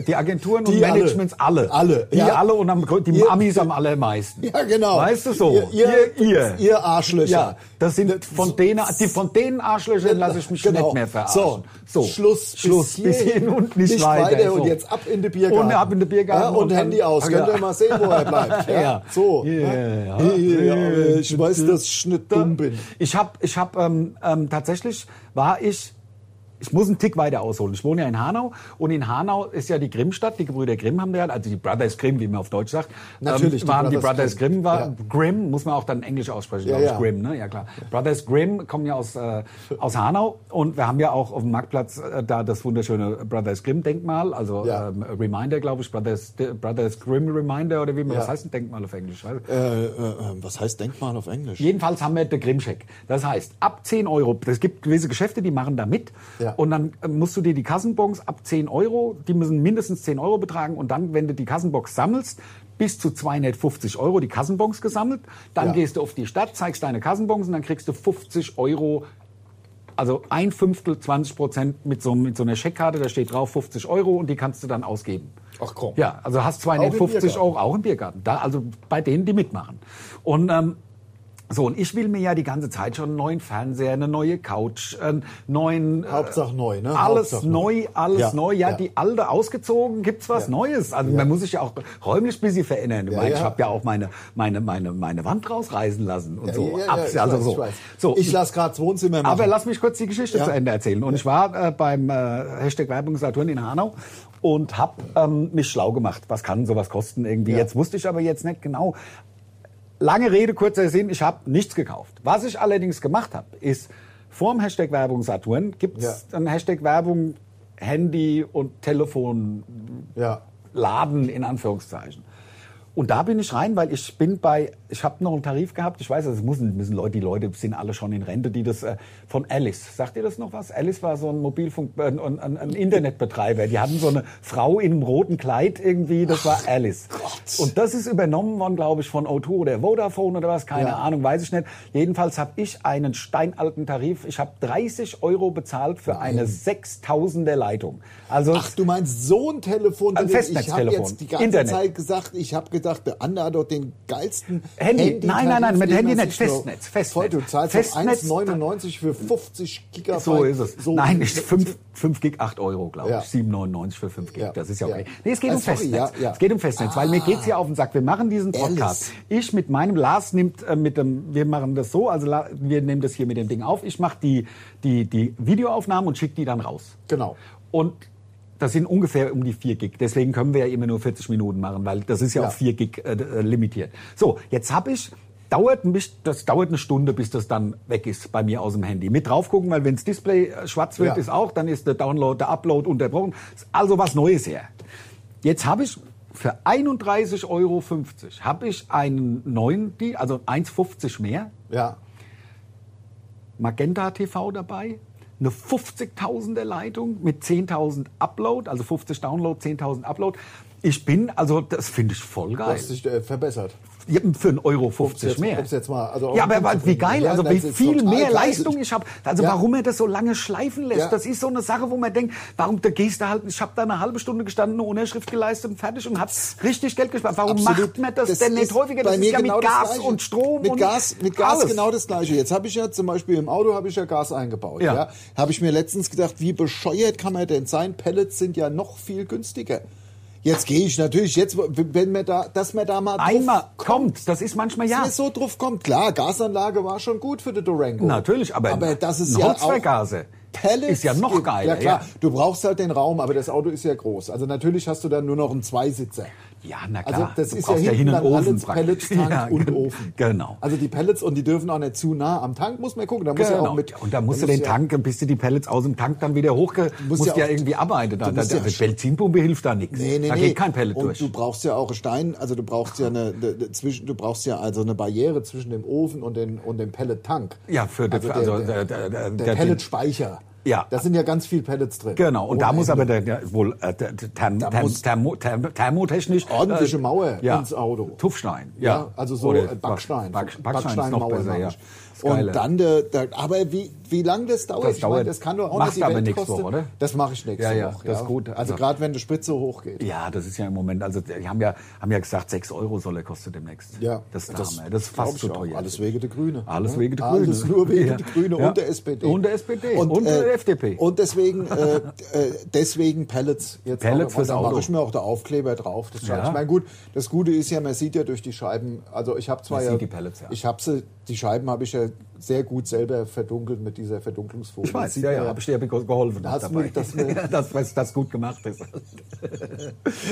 Speaker 2: Die Agenturen und
Speaker 1: Die alle.
Speaker 2: Managements alle.
Speaker 1: Alle,
Speaker 2: Die
Speaker 1: ja.
Speaker 2: alle und am, Grund- die
Speaker 1: Ihr-
Speaker 2: Amis am allermeisten.
Speaker 1: Ja, genau.
Speaker 2: Weißt du so?
Speaker 1: Ihr, ihr, ihr,
Speaker 2: ihr.
Speaker 1: Arschlöcher.
Speaker 2: Ja, das sind von denen, die von denen Arschlöchern lasse ich mich
Speaker 1: Genau.
Speaker 2: nicht mehr verarschen.
Speaker 1: So, Schluss,
Speaker 2: Schluss, bis hierhin und nicht, weiter.
Speaker 1: Und
Speaker 2: So.
Speaker 1: jetzt ab in den Biergarten.
Speaker 2: Und ab in den Biergarten.
Speaker 1: Ja, und,
Speaker 2: dann-
Speaker 1: Handy aus.
Speaker 2: Ja.
Speaker 1: Könnt ihr mal sehen, wo er bleibt. Ja.
Speaker 2: Ja.
Speaker 1: So.
Speaker 2: Ja,
Speaker 1: ja.
Speaker 2: ja.
Speaker 1: Hey, ich weiß, dass ich nicht dumm bin.
Speaker 2: Ich habe, ich hab, ähm, ähm, tatsächlich war ich Ich muss einen Tick weiter ausholen. Ich wohne ja in Hanau und in Hanau ist ja die Grimmstadt. Die Gebrüder Grimm haben ja, also die Brothers Grimm, wie man auf Deutsch sagt,
Speaker 1: Natürlich,
Speaker 2: ähm,
Speaker 1: die
Speaker 2: waren die Brothers
Speaker 1: Brothers
Speaker 2: Grimm.
Speaker 1: Grimm.
Speaker 2: war,
Speaker 1: Ja.
Speaker 2: Grimm muss man auch dann Englisch aussprechen.
Speaker 1: Ja,
Speaker 2: glaub ich.
Speaker 1: ja.
Speaker 2: Grimm, ne? Ja klar. Brothers Grimm kommen ja aus, äh, aus Hanau und wir haben ja auch auf dem Marktplatz äh, da das wunderschöne Brothers Grimm Denkmal, also
Speaker 1: Ja.
Speaker 2: ähm, Reminder, glaube ich, Brothers, Brothers Grimm Reminder oder wie man
Speaker 1: Ja.
Speaker 2: das heißt, ein Denkmal auf Englisch. Weiß ich.
Speaker 1: Äh, äh, äh, was heißt Denkmal auf Englisch?
Speaker 2: Jedenfalls haben wir den Grimmscheck. Das heißt, ab 10 Euro, es gibt gewisse Geschäfte, die machen da mit.
Speaker 1: Ja.
Speaker 2: Und dann äh, musst du dir die Kassenbons ab 10 Euro, die müssen mindestens 10 Euro betragen. Und dann, wenn du die Kassenbox sammelst, bis zu 250 Euro die Kassenbons gesammelt. Dann
Speaker 1: Ja.
Speaker 2: gehst du auf die Stadt, zeigst deine Kassenbons und dann kriegst du 50 Euro also ein Fünftel, 20 Prozent mit so, mit so einer Scheckkarte, da steht drauf 50 Euro und die kannst du dann ausgeben.
Speaker 1: Ach komm.
Speaker 2: Ja, also hast
Speaker 1: Auch im
Speaker 2: 250
Speaker 1: Biergarten.
Speaker 2: Euro auch im Biergarten. Da, also bei denen, die mitmachen. Und ähm, so, und ich will mir ja die ganze Zeit schon einen neuen Fernseher, eine neue Couch, einen neuen. äh,
Speaker 1: Hauptsache neu, ne?
Speaker 2: Alles
Speaker 1: Hauptsache
Speaker 2: neu, alles
Speaker 1: Ja,
Speaker 2: neu. Ja,
Speaker 1: ja.
Speaker 2: die alte ausgezogen, gibt's was
Speaker 1: Ja.
Speaker 2: Neues. Also man muss sich ja auch räumlich ein bisschen verändern. Ich
Speaker 1: Ja,
Speaker 2: meine, ich
Speaker 1: ja.
Speaker 2: habe ja auch meine, meine, meine, meine Wand rausreißen lassen und
Speaker 1: Ja,
Speaker 2: so.
Speaker 1: ja, ja,
Speaker 2: Abs-
Speaker 1: ich
Speaker 2: also
Speaker 1: weiß,
Speaker 2: so.
Speaker 1: Ich, weiß.
Speaker 2: so.
Speaker 1: ich lasse gerade das Wohnzimmer machen.
Speaker 2: Aber lass mich kurz die Geschichte
Speaker 1: Ja.
Speaker 2: zu Ende erzählen. Und ich war äh, beim äh, Hashtag Werbung Saturn in Hanau und habe ähm, mich schlau gemacht. Was kann sowas kosten irgendwie?
Speaker 1: Ja.
Speaker 2: Jetzt wusste ich aber jetzt nicht genau. Lange Rede, kurzer Sinn, ich habe nichts gekauft. Was ich allerdings gemacht habe, ist, vorm Hashtag Werbung Saturn gibt es ein Hashtag Werbung Handy und Telefon
Speaker 1: ja.
Speaker 2: Laden in Anführungszeichen. Und da bin ich rein, weil ich bin bei, ich habe noch einen Tarif gehabt, ich weiß, es müssen, müssen Leute, die Leute sind alle schon in Rente, die das äh, von Alice, sagt ihr das noch was? Alice war so ein Mobilfunk, äh, ein, ein, ein Internetbetreiber, die hatten so eine Frau in einem roten Kleid irgendwie, das war Alice. Und das ist übernommen worden, glaube ich, von O2 oder Vodafone oder was, keine
Speaker 1: Ja.
Speaker 2: Ahnung, weiß ich nicht. Jedenfalls habe ich einen steinalten Tarif, ich habe 30 Euro bezahlt für eine 6000er Leitung. Also
Speaker 1: Ach, du meinst so ein Telefon? von dem-
Speaker 2: Ein
Speaker 1: Ich habe
Speaker 2: Festnetztelefon.
Speaker 1: jetzt die ganze
Speaker 2: Internet.
Speaker 1: Zeit gesagt, ich habe gedacht, der Ander hat dort den geilsten
Speaker 2: Handy. Nein, nein, nein, mit
Speaker 1: den
Speaker 2: Handy
Speaker 1: man
Speaker 2: nicht.
Speaker 1: sich nur-
Speaker 2: Festnetz, Festnetz.
Speaker 1: Voll, du zahlst
Speaker 2: Festnetz-
Speaker 1: Festnetz 1,99 für 50 Gigabyte.
Speaker 2: So ist es.
Speaker 1: So-
Speaker 2: Nein, nicht 5, fünf Gig, 8 Euro, glaube
Speaker 1: Ja.
Speaker 2: ich. 7,99 für 5 Gig.
Speaker 1: Ja.
Speaker 2: Das ist ja okay.
Speaker 1: Ja.
Speaker 2: Nee, es geht
Speaker 1: Ah,
Speaker 2: um
Speaker 1: sorry,
Speaker 2: Festnetz.
Speaker 1: ja, Ah. ja.
Speaker 2: Es geht um Festnetz, weil mir geht's hier auf den Sack. Wir machen diesen Podcast.
Speaker 1: Alice.
Speaker 2: Ich mit meinem, Lars nimmt äh, mit dem, wir machen das so, also La- wir nehmen das hier mit dem Ding auf. Ich mache die, die, die Videoaufnahmen und schicke die dann raus.
Speaker 1: Genau.
Speaker 2: Und das sind ungefähr um die 4 Gig. Deswegen können wir ja immer nur 40 Minuten machen, weil das ist ja,
Speaker 1: Ja.
Speaker 2: auf 4 Gig äh, äh, limitiert. So, jetzt habe ich, dauert mich, das dauert eine Stunde, bis das dann weg ist bei mir aus dem Handy. Mit drauf gucken, weil wenn das Display äh, schwarz wird,
Speaker 1: Ja.
Speaker 2: ist auch, dann ist der Download, der Upload unterbrochen. Ist Also was Neues her. Jetzt habe ich für 31,50 Euro habe ich einen neuen, Deal, also 1,50 mehr,
Speaker 1: Ja.
Speaker 2: Magenta TV dabei, eine 50.000er Leitung mit 10.000 Upload, also 50 Download, 10.000 Upload. Ich bin, also das finde ich voll
Speaker 1: Du
Speaker 2: geil.
Speaker 1: hast dich äh, verbessert.
Speaker 2: Ja, Für 1,50 Euro 50
Speaker 1: jetzt-
Speaker 2: mehr.
Speaker 1: ob's jetzt mal- also
Speaker 2: ja, aber
Speaker 1: um
Speaker 2: aber wie
Speaker 1: umzubringen.
Speaker 2: geil,
Speaker 1: Ja,
Speaker 2: also
Speaker 1: das
Speaker 2: wie
Speaker 1: ist
Speaker 2: viel
Speaker 1: total
Speaker 2: mehr
Speaker 1: geil.
Speaker 2: Leistung ich habe. Also
Speaker 1: Ja.
Speaker 2: warum er das so lange schleifen lässt,
Speaker 1: Ja.
Speaker 2: das ist so eine Sache, wo man denkt, warum da gehst du halt, ich habe da eine halbe Stunde gestanden, eine Unterschrift geleistet und fertig und hab richtig Geld gespart. Warum macht man das, denn nicht
Speaker 1: ist
Speaker 2: häufiger? Das
Speaker 1: bei
Speaker 2: ist
Speaker 1: mir
Speaker 2: ja
Speaker 1: genau
Speaker 2: mit
Speaker 1: das
Speaker 2: Gas
Speaker 1: Gleiche.
Speaker 2: und Strom
Speaker 1: mit
Speaker 2: und
Speaker 1: Gas, mit Gas
Speaker 2: alles.
Speaker 1: genau das gleiche. Jetzt habe ich ja zum Beispiel im Auto habe ich ja Gas eingebaut.
Speaker 2: Ja.
Speaker 1: Ja. Habe ich mir letztens gedacht, wie bescheuert kann man denn sein? Pellets sind ja noch viel günstiger. Jetzt gehe ich natürlich jetzt, wenn mir da, dass mir da mal drauf-
Speaker 2: Einmal kommt, das ist manchmal ja.
Speaker 1: dass mir so drauf kommt. Klar, Gasanlage war schon gut für die Durango.
Speaker 2: Natürlich, aber,
Speaker 1: aber das ist
Speaker 2: ein
Speaker 1: ja auch
Speaker 2: Holzvergaser
Speaker 1: Pellets
Speaker 2: ist ja noch
Speaker 1: gibt.
Speaker 2: geiler.
Speaker 1: Ja klar, du brauchst halt den Raum, aber das Auto ist ja groß. Also natürlich hast du dann nur noch einen Zweisitzer.
Speaker 2: Ja, na klar.
Speaker 1: Also das
Speaker 2: Du
Speaker 1: ist ja
Speaker 2: brauchst ja
Speaker 1: hinten
Speaker 2: hin
Speaker 1: dann
Speaker 2: einen Ofen
Speaker 1: alles
Speaker 2: praktisch.
Speaker 1: Pellets, Tank
Speaker 2: Ja,
Speaker 1: und
Speaker 2: gen-
Speaker 1: Ofen.
Speaker 2: genau.
Speaker 1: Also die Pellets und die dürfen auch nicht zu nah am Tank, muss man gucken. Da muss ja
Speaker 2: Genau.
Speaker 1: auch mit,
Speaker 2: und da musst
Speaker 1: da
Speaker 2: du den
Speaker 1: muss ja-
Speaker 2: Tank, bis du die Pellets aus dem Tank dann wieder hochge... Musst,
Speaker 1: musst
Speaker 2: musst
Speaker 1: ja
Speaker 2: ja,
Speaker 1: auch-
Speaker 2: irgendwie arbeiten. Da,
Speaker 1: du
Speaker 2: da,
Speaker 1: musst
Speaker 2: da,
Speaker 1: ja
Speaker 2: die
Speaker 1: sch-
Speaker 2: Benzinpumpe hilft da nichts.
Speaker 1: Nee, nee,
Speaker 2: da
Speaker 1: nee.
Speaker 2: geht kein Pellet
Speaker 1: und
Speaker 2: durch.
Speaker 1: du brauchst ja auch Stein, also du brauchst ja eine, eine, eine zwischen, du brauchst ja also eine Barriere zwischen dem Ofen und, den, und dem Pellet-Tank.
Speaker 2: Ja, für den-
Speaker 1: also der,
Speaker 2: also
Speaker 1: der,
Speaker 2: der-
Speaker 1: der, der,
Speaker 2: der- der-
Speaker 1: Pelletspeicher.
Speaker 2: Ja.
Speaker 1: Da sind ja ganz viel Pellets drin.
Speaker 2: Genau, und da
Speaker 1: Ohne
Speaker 2: muss
Speaker 1: Ende.
Speaker 2: aber der, der, wohl äh, der, der Therm,
Speaker 1: Oh, also Da
Speaker 2: Therm,
Speaker 1: muss-
Speaker 2: Thermo, Therm, thermotechnisch... äh,
Speaker 1: Ordentliche Mauer
Speaker 2: ja,
Speaker 1: ins Auto.
Speaker 2: Tuffstein. Ja,
Speaker 1: Ja, also so
Speaker 2: Oder
Speaker 1: äh, Backstein.
Speaker 2: Back, Backstein, ist noch
Speaker 1: Backsteinmauer
Speaker 2: besser,
Speaker 1: meine
Speaker 2: ja.
Speaker 1: ich.
Speaker 2: Das Geile.
Speaker 1: Und dann der, der aber wie, wie lange das dauert,
Speaker 2: Das
Speaker 1: ich
Speaker 2: dauert-
Speaker 1: meine, das kann doch auch
Speaker 2: machst
Speaker 1: nicht die
Speaker 2: aber
Speaker 1: Welt
Speaker 2: nächste
Speaker 1: kosten.
Speaker 2: Woche, oder?
Speaker 1: Das mache ich nächste
Speaker 2: Ja, ja,
Speaker 1: Woche.
Speaker 2: das ist gut.
Speaker 1: Also
Speaker 2: Ja.
Speaker 1: gerade wenn die Spitze hochgeht.
Speaker 2: Ja, das ist ja im Moment, also die haben ja, haben ja gesagt, 6 Euro soll er kosten demnächst. Das, ist der Hammer. das ist
Speaker 1: glaub
Speaker 2: fast
Speaker 1: ich
Speaker 2: zu
Speaker 1: auch.
Speaker 2: teuer.
Speaker 1: Alles wegen der Grüne.
Speaker 2: Alles
Speaker 1: ne?
Speaker 2: wegen der
Speaker 1: Alles
Speaker 2: Grüne.
Speaker 1: nur wegen
Speaker 2: Ja.
Speaker 1: der Grüne
Speaker 2: Ja.
Speaker 1: und der SPD.
Speaker 2: Und der SPD.
Speaker 1: Und,
Speaker 2: Und
Speaker 1: äh,
Speaker 2: der der FDP.
Speaker 1: Und deswegen, äh, äh, deswegen Pellets jetzt.
Speaker 2: Pellets
Speaker 1: auch,
Speaker 2: fürs
Speaker 1: da
Speaker 2: Auto.
Speaker 1: mache ich mir auch der Aufkleber drauf. Das
Speaker 2: Ja.
Speaker 1: ja. Ich meine, gut, das Gute ist ja, man sieht ja durch die Scheiben. Also ich habe zwar
Speaker 2: Man
Speaker 1: ja,
Speaker 2: sieht die Pellets, ja.
Speaker 1: ich habe sie, die Scheiben habe ich ja sehr gut selber verdunkelt mit dieser Verdunklungsfolie.
Speaker 2: Ich weiß,
Speaker 1: Sieht
Speaker 2: ja, ja,
Speaker 1: man
Speaker 2: habe ich dir ge- geholfen
Speaker 1: Hast du
Speaker 2: dabei.
Speaker 1: mir- dass mir-
Speaker 2: Ja, dass, dass das gut gemacht ist.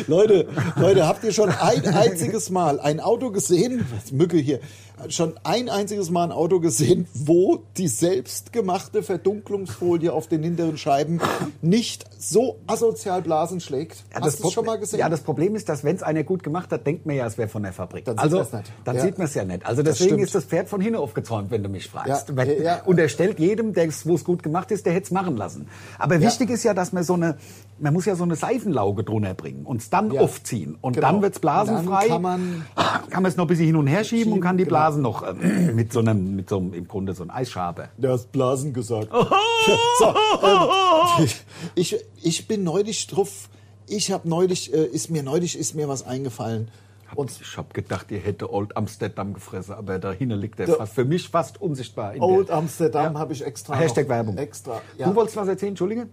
Speaker 1: Leute, Leute, habt ihr schon ein einziges Mal ein Auto gesehen? Was, Mücke hier. Schon ein einziges Mal ein Auto gesehen, wo die selbstgemachte Verdunklungsfolie auf den hinteren Scheiben nicht so asozial Blasen schlägt? Hast du
Speaker 2: Pro-
Speaker 1: es schon mal gesehen?
Speaker 2: Ja, das Problem ist, dass wenn es einer gut gemacht hat, denkt man ja, es wäre von der Fabrik.
Speaker 1: Dann sieht
Speaker 2: also,
Speaker 1: man's nicht.
Speaker 2: Dann
Speaker 1: Ja.
Speaker 2: sieht man es ja nicht. Also
Speaker 1: Das
Speaker 2: deswegen
Speaker 1: stimmt.
Speaker 2: ist das Pferd von hinten aufgezäumt, wenn du mich fragst.
Speaker 1: Ja,
Speaker 2: Wenn,
Speaker 1: ja, ja.
Speaker 2: Unterstellt jedem, wo es gut gemacht ist, der hätte es machen lassen. Aber wichtig ist ja, dass man so eine, man muss ja so eine Seifenlauge drunter bringen und es dann
Speaker 1: Ja.
Speaker 2: aufziehen. Und
Speaker 1: Genau.
Speaker 2: dann wird es blasenfrei.
Speaker 1: Dann kann man-
Speaker 2: kann man es noch ein bisschen hin und her schieben und kann die
Speaker 1: Genau.
Speaker 2: Blasen noch äh, mit so einem, mit so einem, im Grunde so einem Eisschaber.
Speaker 1: Du hast Blasen gesagt. so, ähm, ich, ich bin neulich drauf. Ich habe neulich, äh, ist mir neulich, ist mir was eingefallen. Und
Speaker 2: Ich habe gedacht, ihr hätte Old Amsterdam gefressen, aber da hinten liegt der
Speaker 1: Da-
Speaker 2: fast, für mich fast unsichtbar. In
Speaker 1: Old
Speaker 2: der-
Speaker 1: Amsterdam habe ich extra.
Speaker 2: Hashtag
Speaker 1: noch-
Speaker 2: Werbung.
Speaker 1: Extra.
Speaker 2: Du wolltest was erzählen, Entschuldige?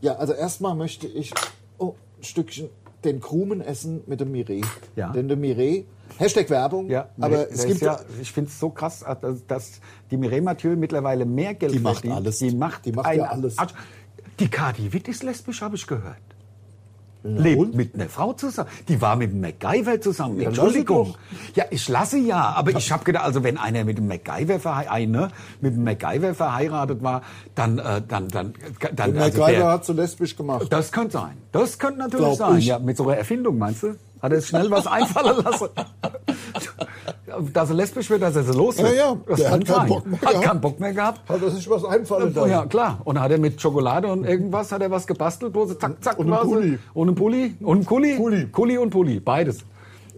Speaker 1: Ja, also erstmal möchte ich oh, ein Stückchen den Krumen essen mit dem Mireille.
Speaker 2: Ja.
Speaker 1: Denn der Mireille, Hashtag Werbung,
Speaker 2: Nee,
Speaker 1: aber
Speaker 2: das
Speaker 1: es gibt
Speaker 2: ist ja, ich finde es so krass, äh, dass, dass die Mireille Mathieu mittlerweile mehr Geld
Speaker 1: Die macht
Speaker 2: verdient.
Speaker 1: alles.
Speaker 2: Die macht,
Speaker 1: Die macht
Speaker 2: einen
Speaker 1: ja alles.
Speaker 2: Arsch. Die Cardi Witt ist lesbisch, habe ich gehört. Lebt
Speaker 1: und?
Speaker 2: mit einer Frau zusammen. Die war mit dem MacGyver zusammen.
Speaker 1: dann
Speaker 2: Entschuldigung.
Speaker 1: lass
Speaker 2: Ja, ich lasse ja. Aber ich habe gedacht, also wenn einer mit dem MacGyver verheiratet, mit dem MacGyver verheiratet war, dann, äh, dann, dann, dann,
Speaker 1: Der
Speaker 2: also
Speaker 1: MacGyver
Speaker 2: der-
Speaker 1: hat so lesbisch gemacht.
Speaker 2: Das könnte sein. Das könnte natürlich
Speaker 1: Glaub
Speaker 2: sein.
Speaker 1: ich.
Speaker 2: Ja, mit so einer Erfindung, meinst du? Hat er sich schnell was einfallen lassen? dass er lesbisch wird, dass er sie los
Speaker 1: Ja,
Speaker 2: wird.
Speaker 1: ja.
Speaker 2: Das
Speaker 1: Der
Speaker 2: kann
Speaker 1: hat keinen
Speaker 2: sein.
Speaker 1: Bock mehr
Speaker 2: Hat
Speaker 1: gehabt.
Speaker 2: keinen Bock mehr gehabt.
Speaker 1: Hat das nicht was einfallen lassen?
Speaker 2: Ja, klar. Und hat er mit Schokolade und irgendwas, hat er was gebastelt, wo sie zack, zack,
Speaker 1: Und einem
Speaker 2: war sie-
Speaker 1: Pulli.
Speaker 2: Und einen Pulli. Und einen Kuli?
Speaker 1: Kuli.
Speaker 2: Kuli und Pulli, beides.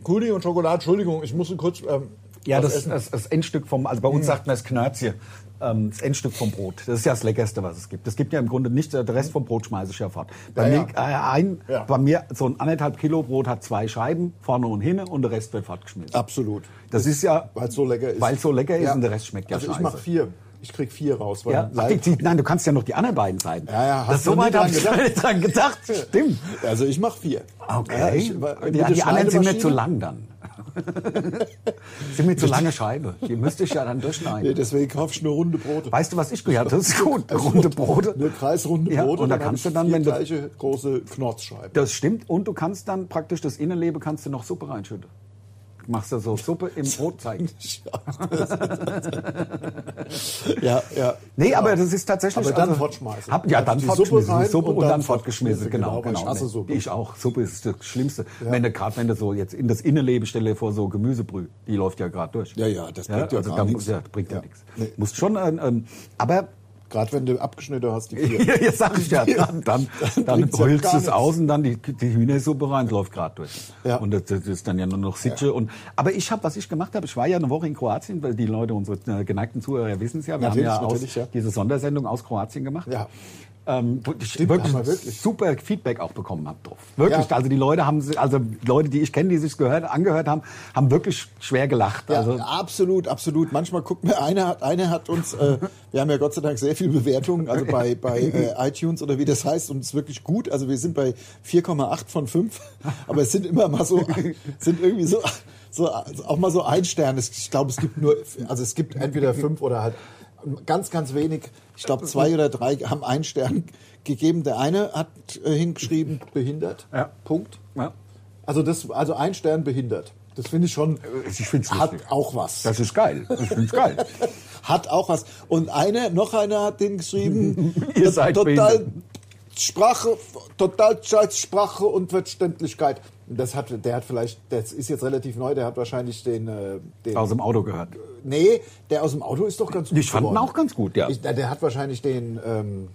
Speaker 1: Kuli und Schokolade, Entschuldigung, ich musste kurz. Ähm,
Speaker 2: Ja,
Speaker 1: was
Speaker 2: das,
Speaker 1: essen.
Speaker 2: das, das Endstück vom, also bei uns sagt man das Knörzchen, ähm, das Endstück vom Brot. Das ist ja das Leckerste, was es gibt. Es gibt ja im Grunde nichts, der Rest vom Brot schmeiße ich ja fort. Bei,
Speaker 1: Ja,
Speaker 2: mir, Äh, ein,
Speaker 1: Ja.
Speaker 2: bei mir so ein anderthalb Kilo Brot hat zwei Scheiben, vorne und hinten, und der Rest wird fortgeschmissen.
Speaker 1: Absolut.
Speaker 2: Das ist ja,
Speaker 1: Weil es so lecker ist.
Speaker 2: Weil es so lecker ist und der Rest schmeckt ja
Speaker 1: also
Speaker 2: scheiße.
Speaker 1: Ich mache vier. Ich krieg vier raus. Weil
Speaker 2: ja, ach, die,
Speaker 1: Leib-
Speaker 2: die, nein, du kannst ja noch die anderen beiden Seiten.
Speaker 1: Ja, ja,
Speaker 2: das
Speaker 1: hast du
Speaker 2: so
Speaker 1: nie
Speaker 2: weit
Speaker 1: dran
Speaker 2: habe ich gar
Speaker 1: gedacht?
Speaker 2: nicht dran gedacht. Stimmt.
Speaker 1: also ich mache vier.
Speaker 2: Okay.
Speaker 1: Ja, ich,
Speaker 2: die, die anderen sind mir zu
Speaker 1: lang.
Speaker 2: lang dann. sind mir zu lange Scheibe. Die müsste ich ja dann durchschneiden.
Speaker 1: Nee, deswegen kaufst du eine runde Brote.
Speaker 2: Weißt du, was ich gehört habe? Das ist gut. Runde Brote.
Speaker 1: Eine kreisrunde
Speaker 2: Ja,
Speaker 1: Brote.
Speaker 2: und da
Speaker 1: hab
Speaker 2: kannst
Speaker 1: ich
Speaker 2: du dann,
Speaker 1: vier
Speaker 2: wenn du.
Speaker 1: gleiche große Knorzscheiben.
Speaker 2: Das stimmt. Und du kannst dann praktisch das Innenleben kannst du noch Suppe reinschütten. Machst du so Suppe im Brotteig.
Speaker 1: ja, ja.
Speaker 2: Nee, aber das ist tatsächlich.
Speaker 1: Genau.
Speaker 2: also
Speaker 1: Aber dann fortschmeißen.
Speaker 2: Hab, ja, dann
Speaker 1: Die Suppe
Speaker 2: fortschmeißen. Suppe,
Speaker 1: rein
Speaker 2: und, dann, fortgeschmissen. Genau,
Speaker 1: Genau, weil
Speaker 2: genau.
Speaker 1: ich hasse Suppe.
Speaker 2: Ich auch. Suppe ist das Schlimmste. Wenn du gerade, wenn du so jetzt in das Innenleben stelle vor so Gemüsebrühe, die läuft ja gerade durch.
Speaker 1: Ja, ja, das bringt ja
Speaker 2: also
Speaker 1: gar
Speaker 2: da-
Speaker 1: nichts.
Speaker 2: Ja, bringt ja,
Speaker 1: Ja.
Speaker 2: nichts.
Speaker 1: Nee.
Speaker 2: Musst schon, ähm, ähm, aber
Speaker 1: Gerade wenn du abgeschnitten hast, die vier.
Speaker 2: Ja, jetzt sag ich ja, dann, dann, dann
Speaker 1: bringt's ja
Speaker 2: holst
Speaker 1: gar
Speaker 2: du es
Speaker 1: nichts.
Speaker 2: aus und dann die, die Hühnersuppe rein, es läuft gerade durch.
Speaker 1: Ja.
Speaker 2: Und das, das ist dann ja nur noch Sitsche. Und, aber ich habe, was ich gemacht habe, ich war ja eine Woche in Kroatien, weil die Leute, unsere äh, geneigten Zuhörer wissen es ja, wir
Speaker 1: Natürlich,
Speaker 2: haben ja, aus,
Speaker 1: natürlich, ja.
Speaker 2: diese Sondersendung aus Kroatien gemacht.
Speaker 1: Ja.
Speaker 2: Ähm, wo ich
Speaker 1: Stimmt,
Speaker 2: wirklich,
Speaker 1: haben wir wirklich.
Speaker 2: super Feedback auch bekommen habe drauf. Wirklich,
Speaker 1: Ja.
Speaker 2: also die Leute haben, si- also Leute, die ich kenne, die sich gehört, angehört haben, haben wirklich schwer gelacht.
Speaker 1: Ja,
Speaker 2: also
Speaker 1: absolut, absolut. Manchmal guckt mir einer hat, einer hat uns, äh, wir haben ja Gott sei Dank sehr viele Bewertungen, also bei, bei äh, iTunes oder wie das heißt, und es ist wirklich gut. Also wir sind bei 4,8 von 5, aber es sind immer mal so, sind irgendwie so, so also auch mal so ein Stern. Es- Ich glaube, es gibt nur, also es gibt entweder fünf oder halt ganz, ganz wenig. Ich glaube, zwei oder drei haben einen Stern gegeben. Der eine hat äh, hingeschrieben, behindert.
Speaker 2: Ja.
Speaker 1: Punkt.
Speaker 2: ja.
Speaker 1: Also das, also ein Stern behindert. Das finde ich schon,
Speaker 2: Äh, Ich find's
Speaker 1: hat
Speaker 2: lustig.
Speaker 1: auch was.
Speaker 2: Das ist geil. Ich find's geil.
Speaker 1: Hat auch was. Und eine, noch einer hat den geschrieben.
Speaker 2: Ihr seid
Speaker 1: total
Speaker 2: behindert.
Speaker 1: Sprache, total scheiß Sprache und Verständlichkeit. Und Das hat, der hat vielleicht, das ist jetzt relativ neu, der hat wahrscheinlich den, äh, den
Speaker 2: Aus dem Auto gehört.
Speaker 1: nee, der aus dem Auto ist doch ganz gut.
Speaker 2: Also- Ich fand ihn
Speaker 1: geworden.
Speaker 2: auch ganz gut, ja.
Speaker 1: Ich, der, der hat wahrscheinlich den ähm,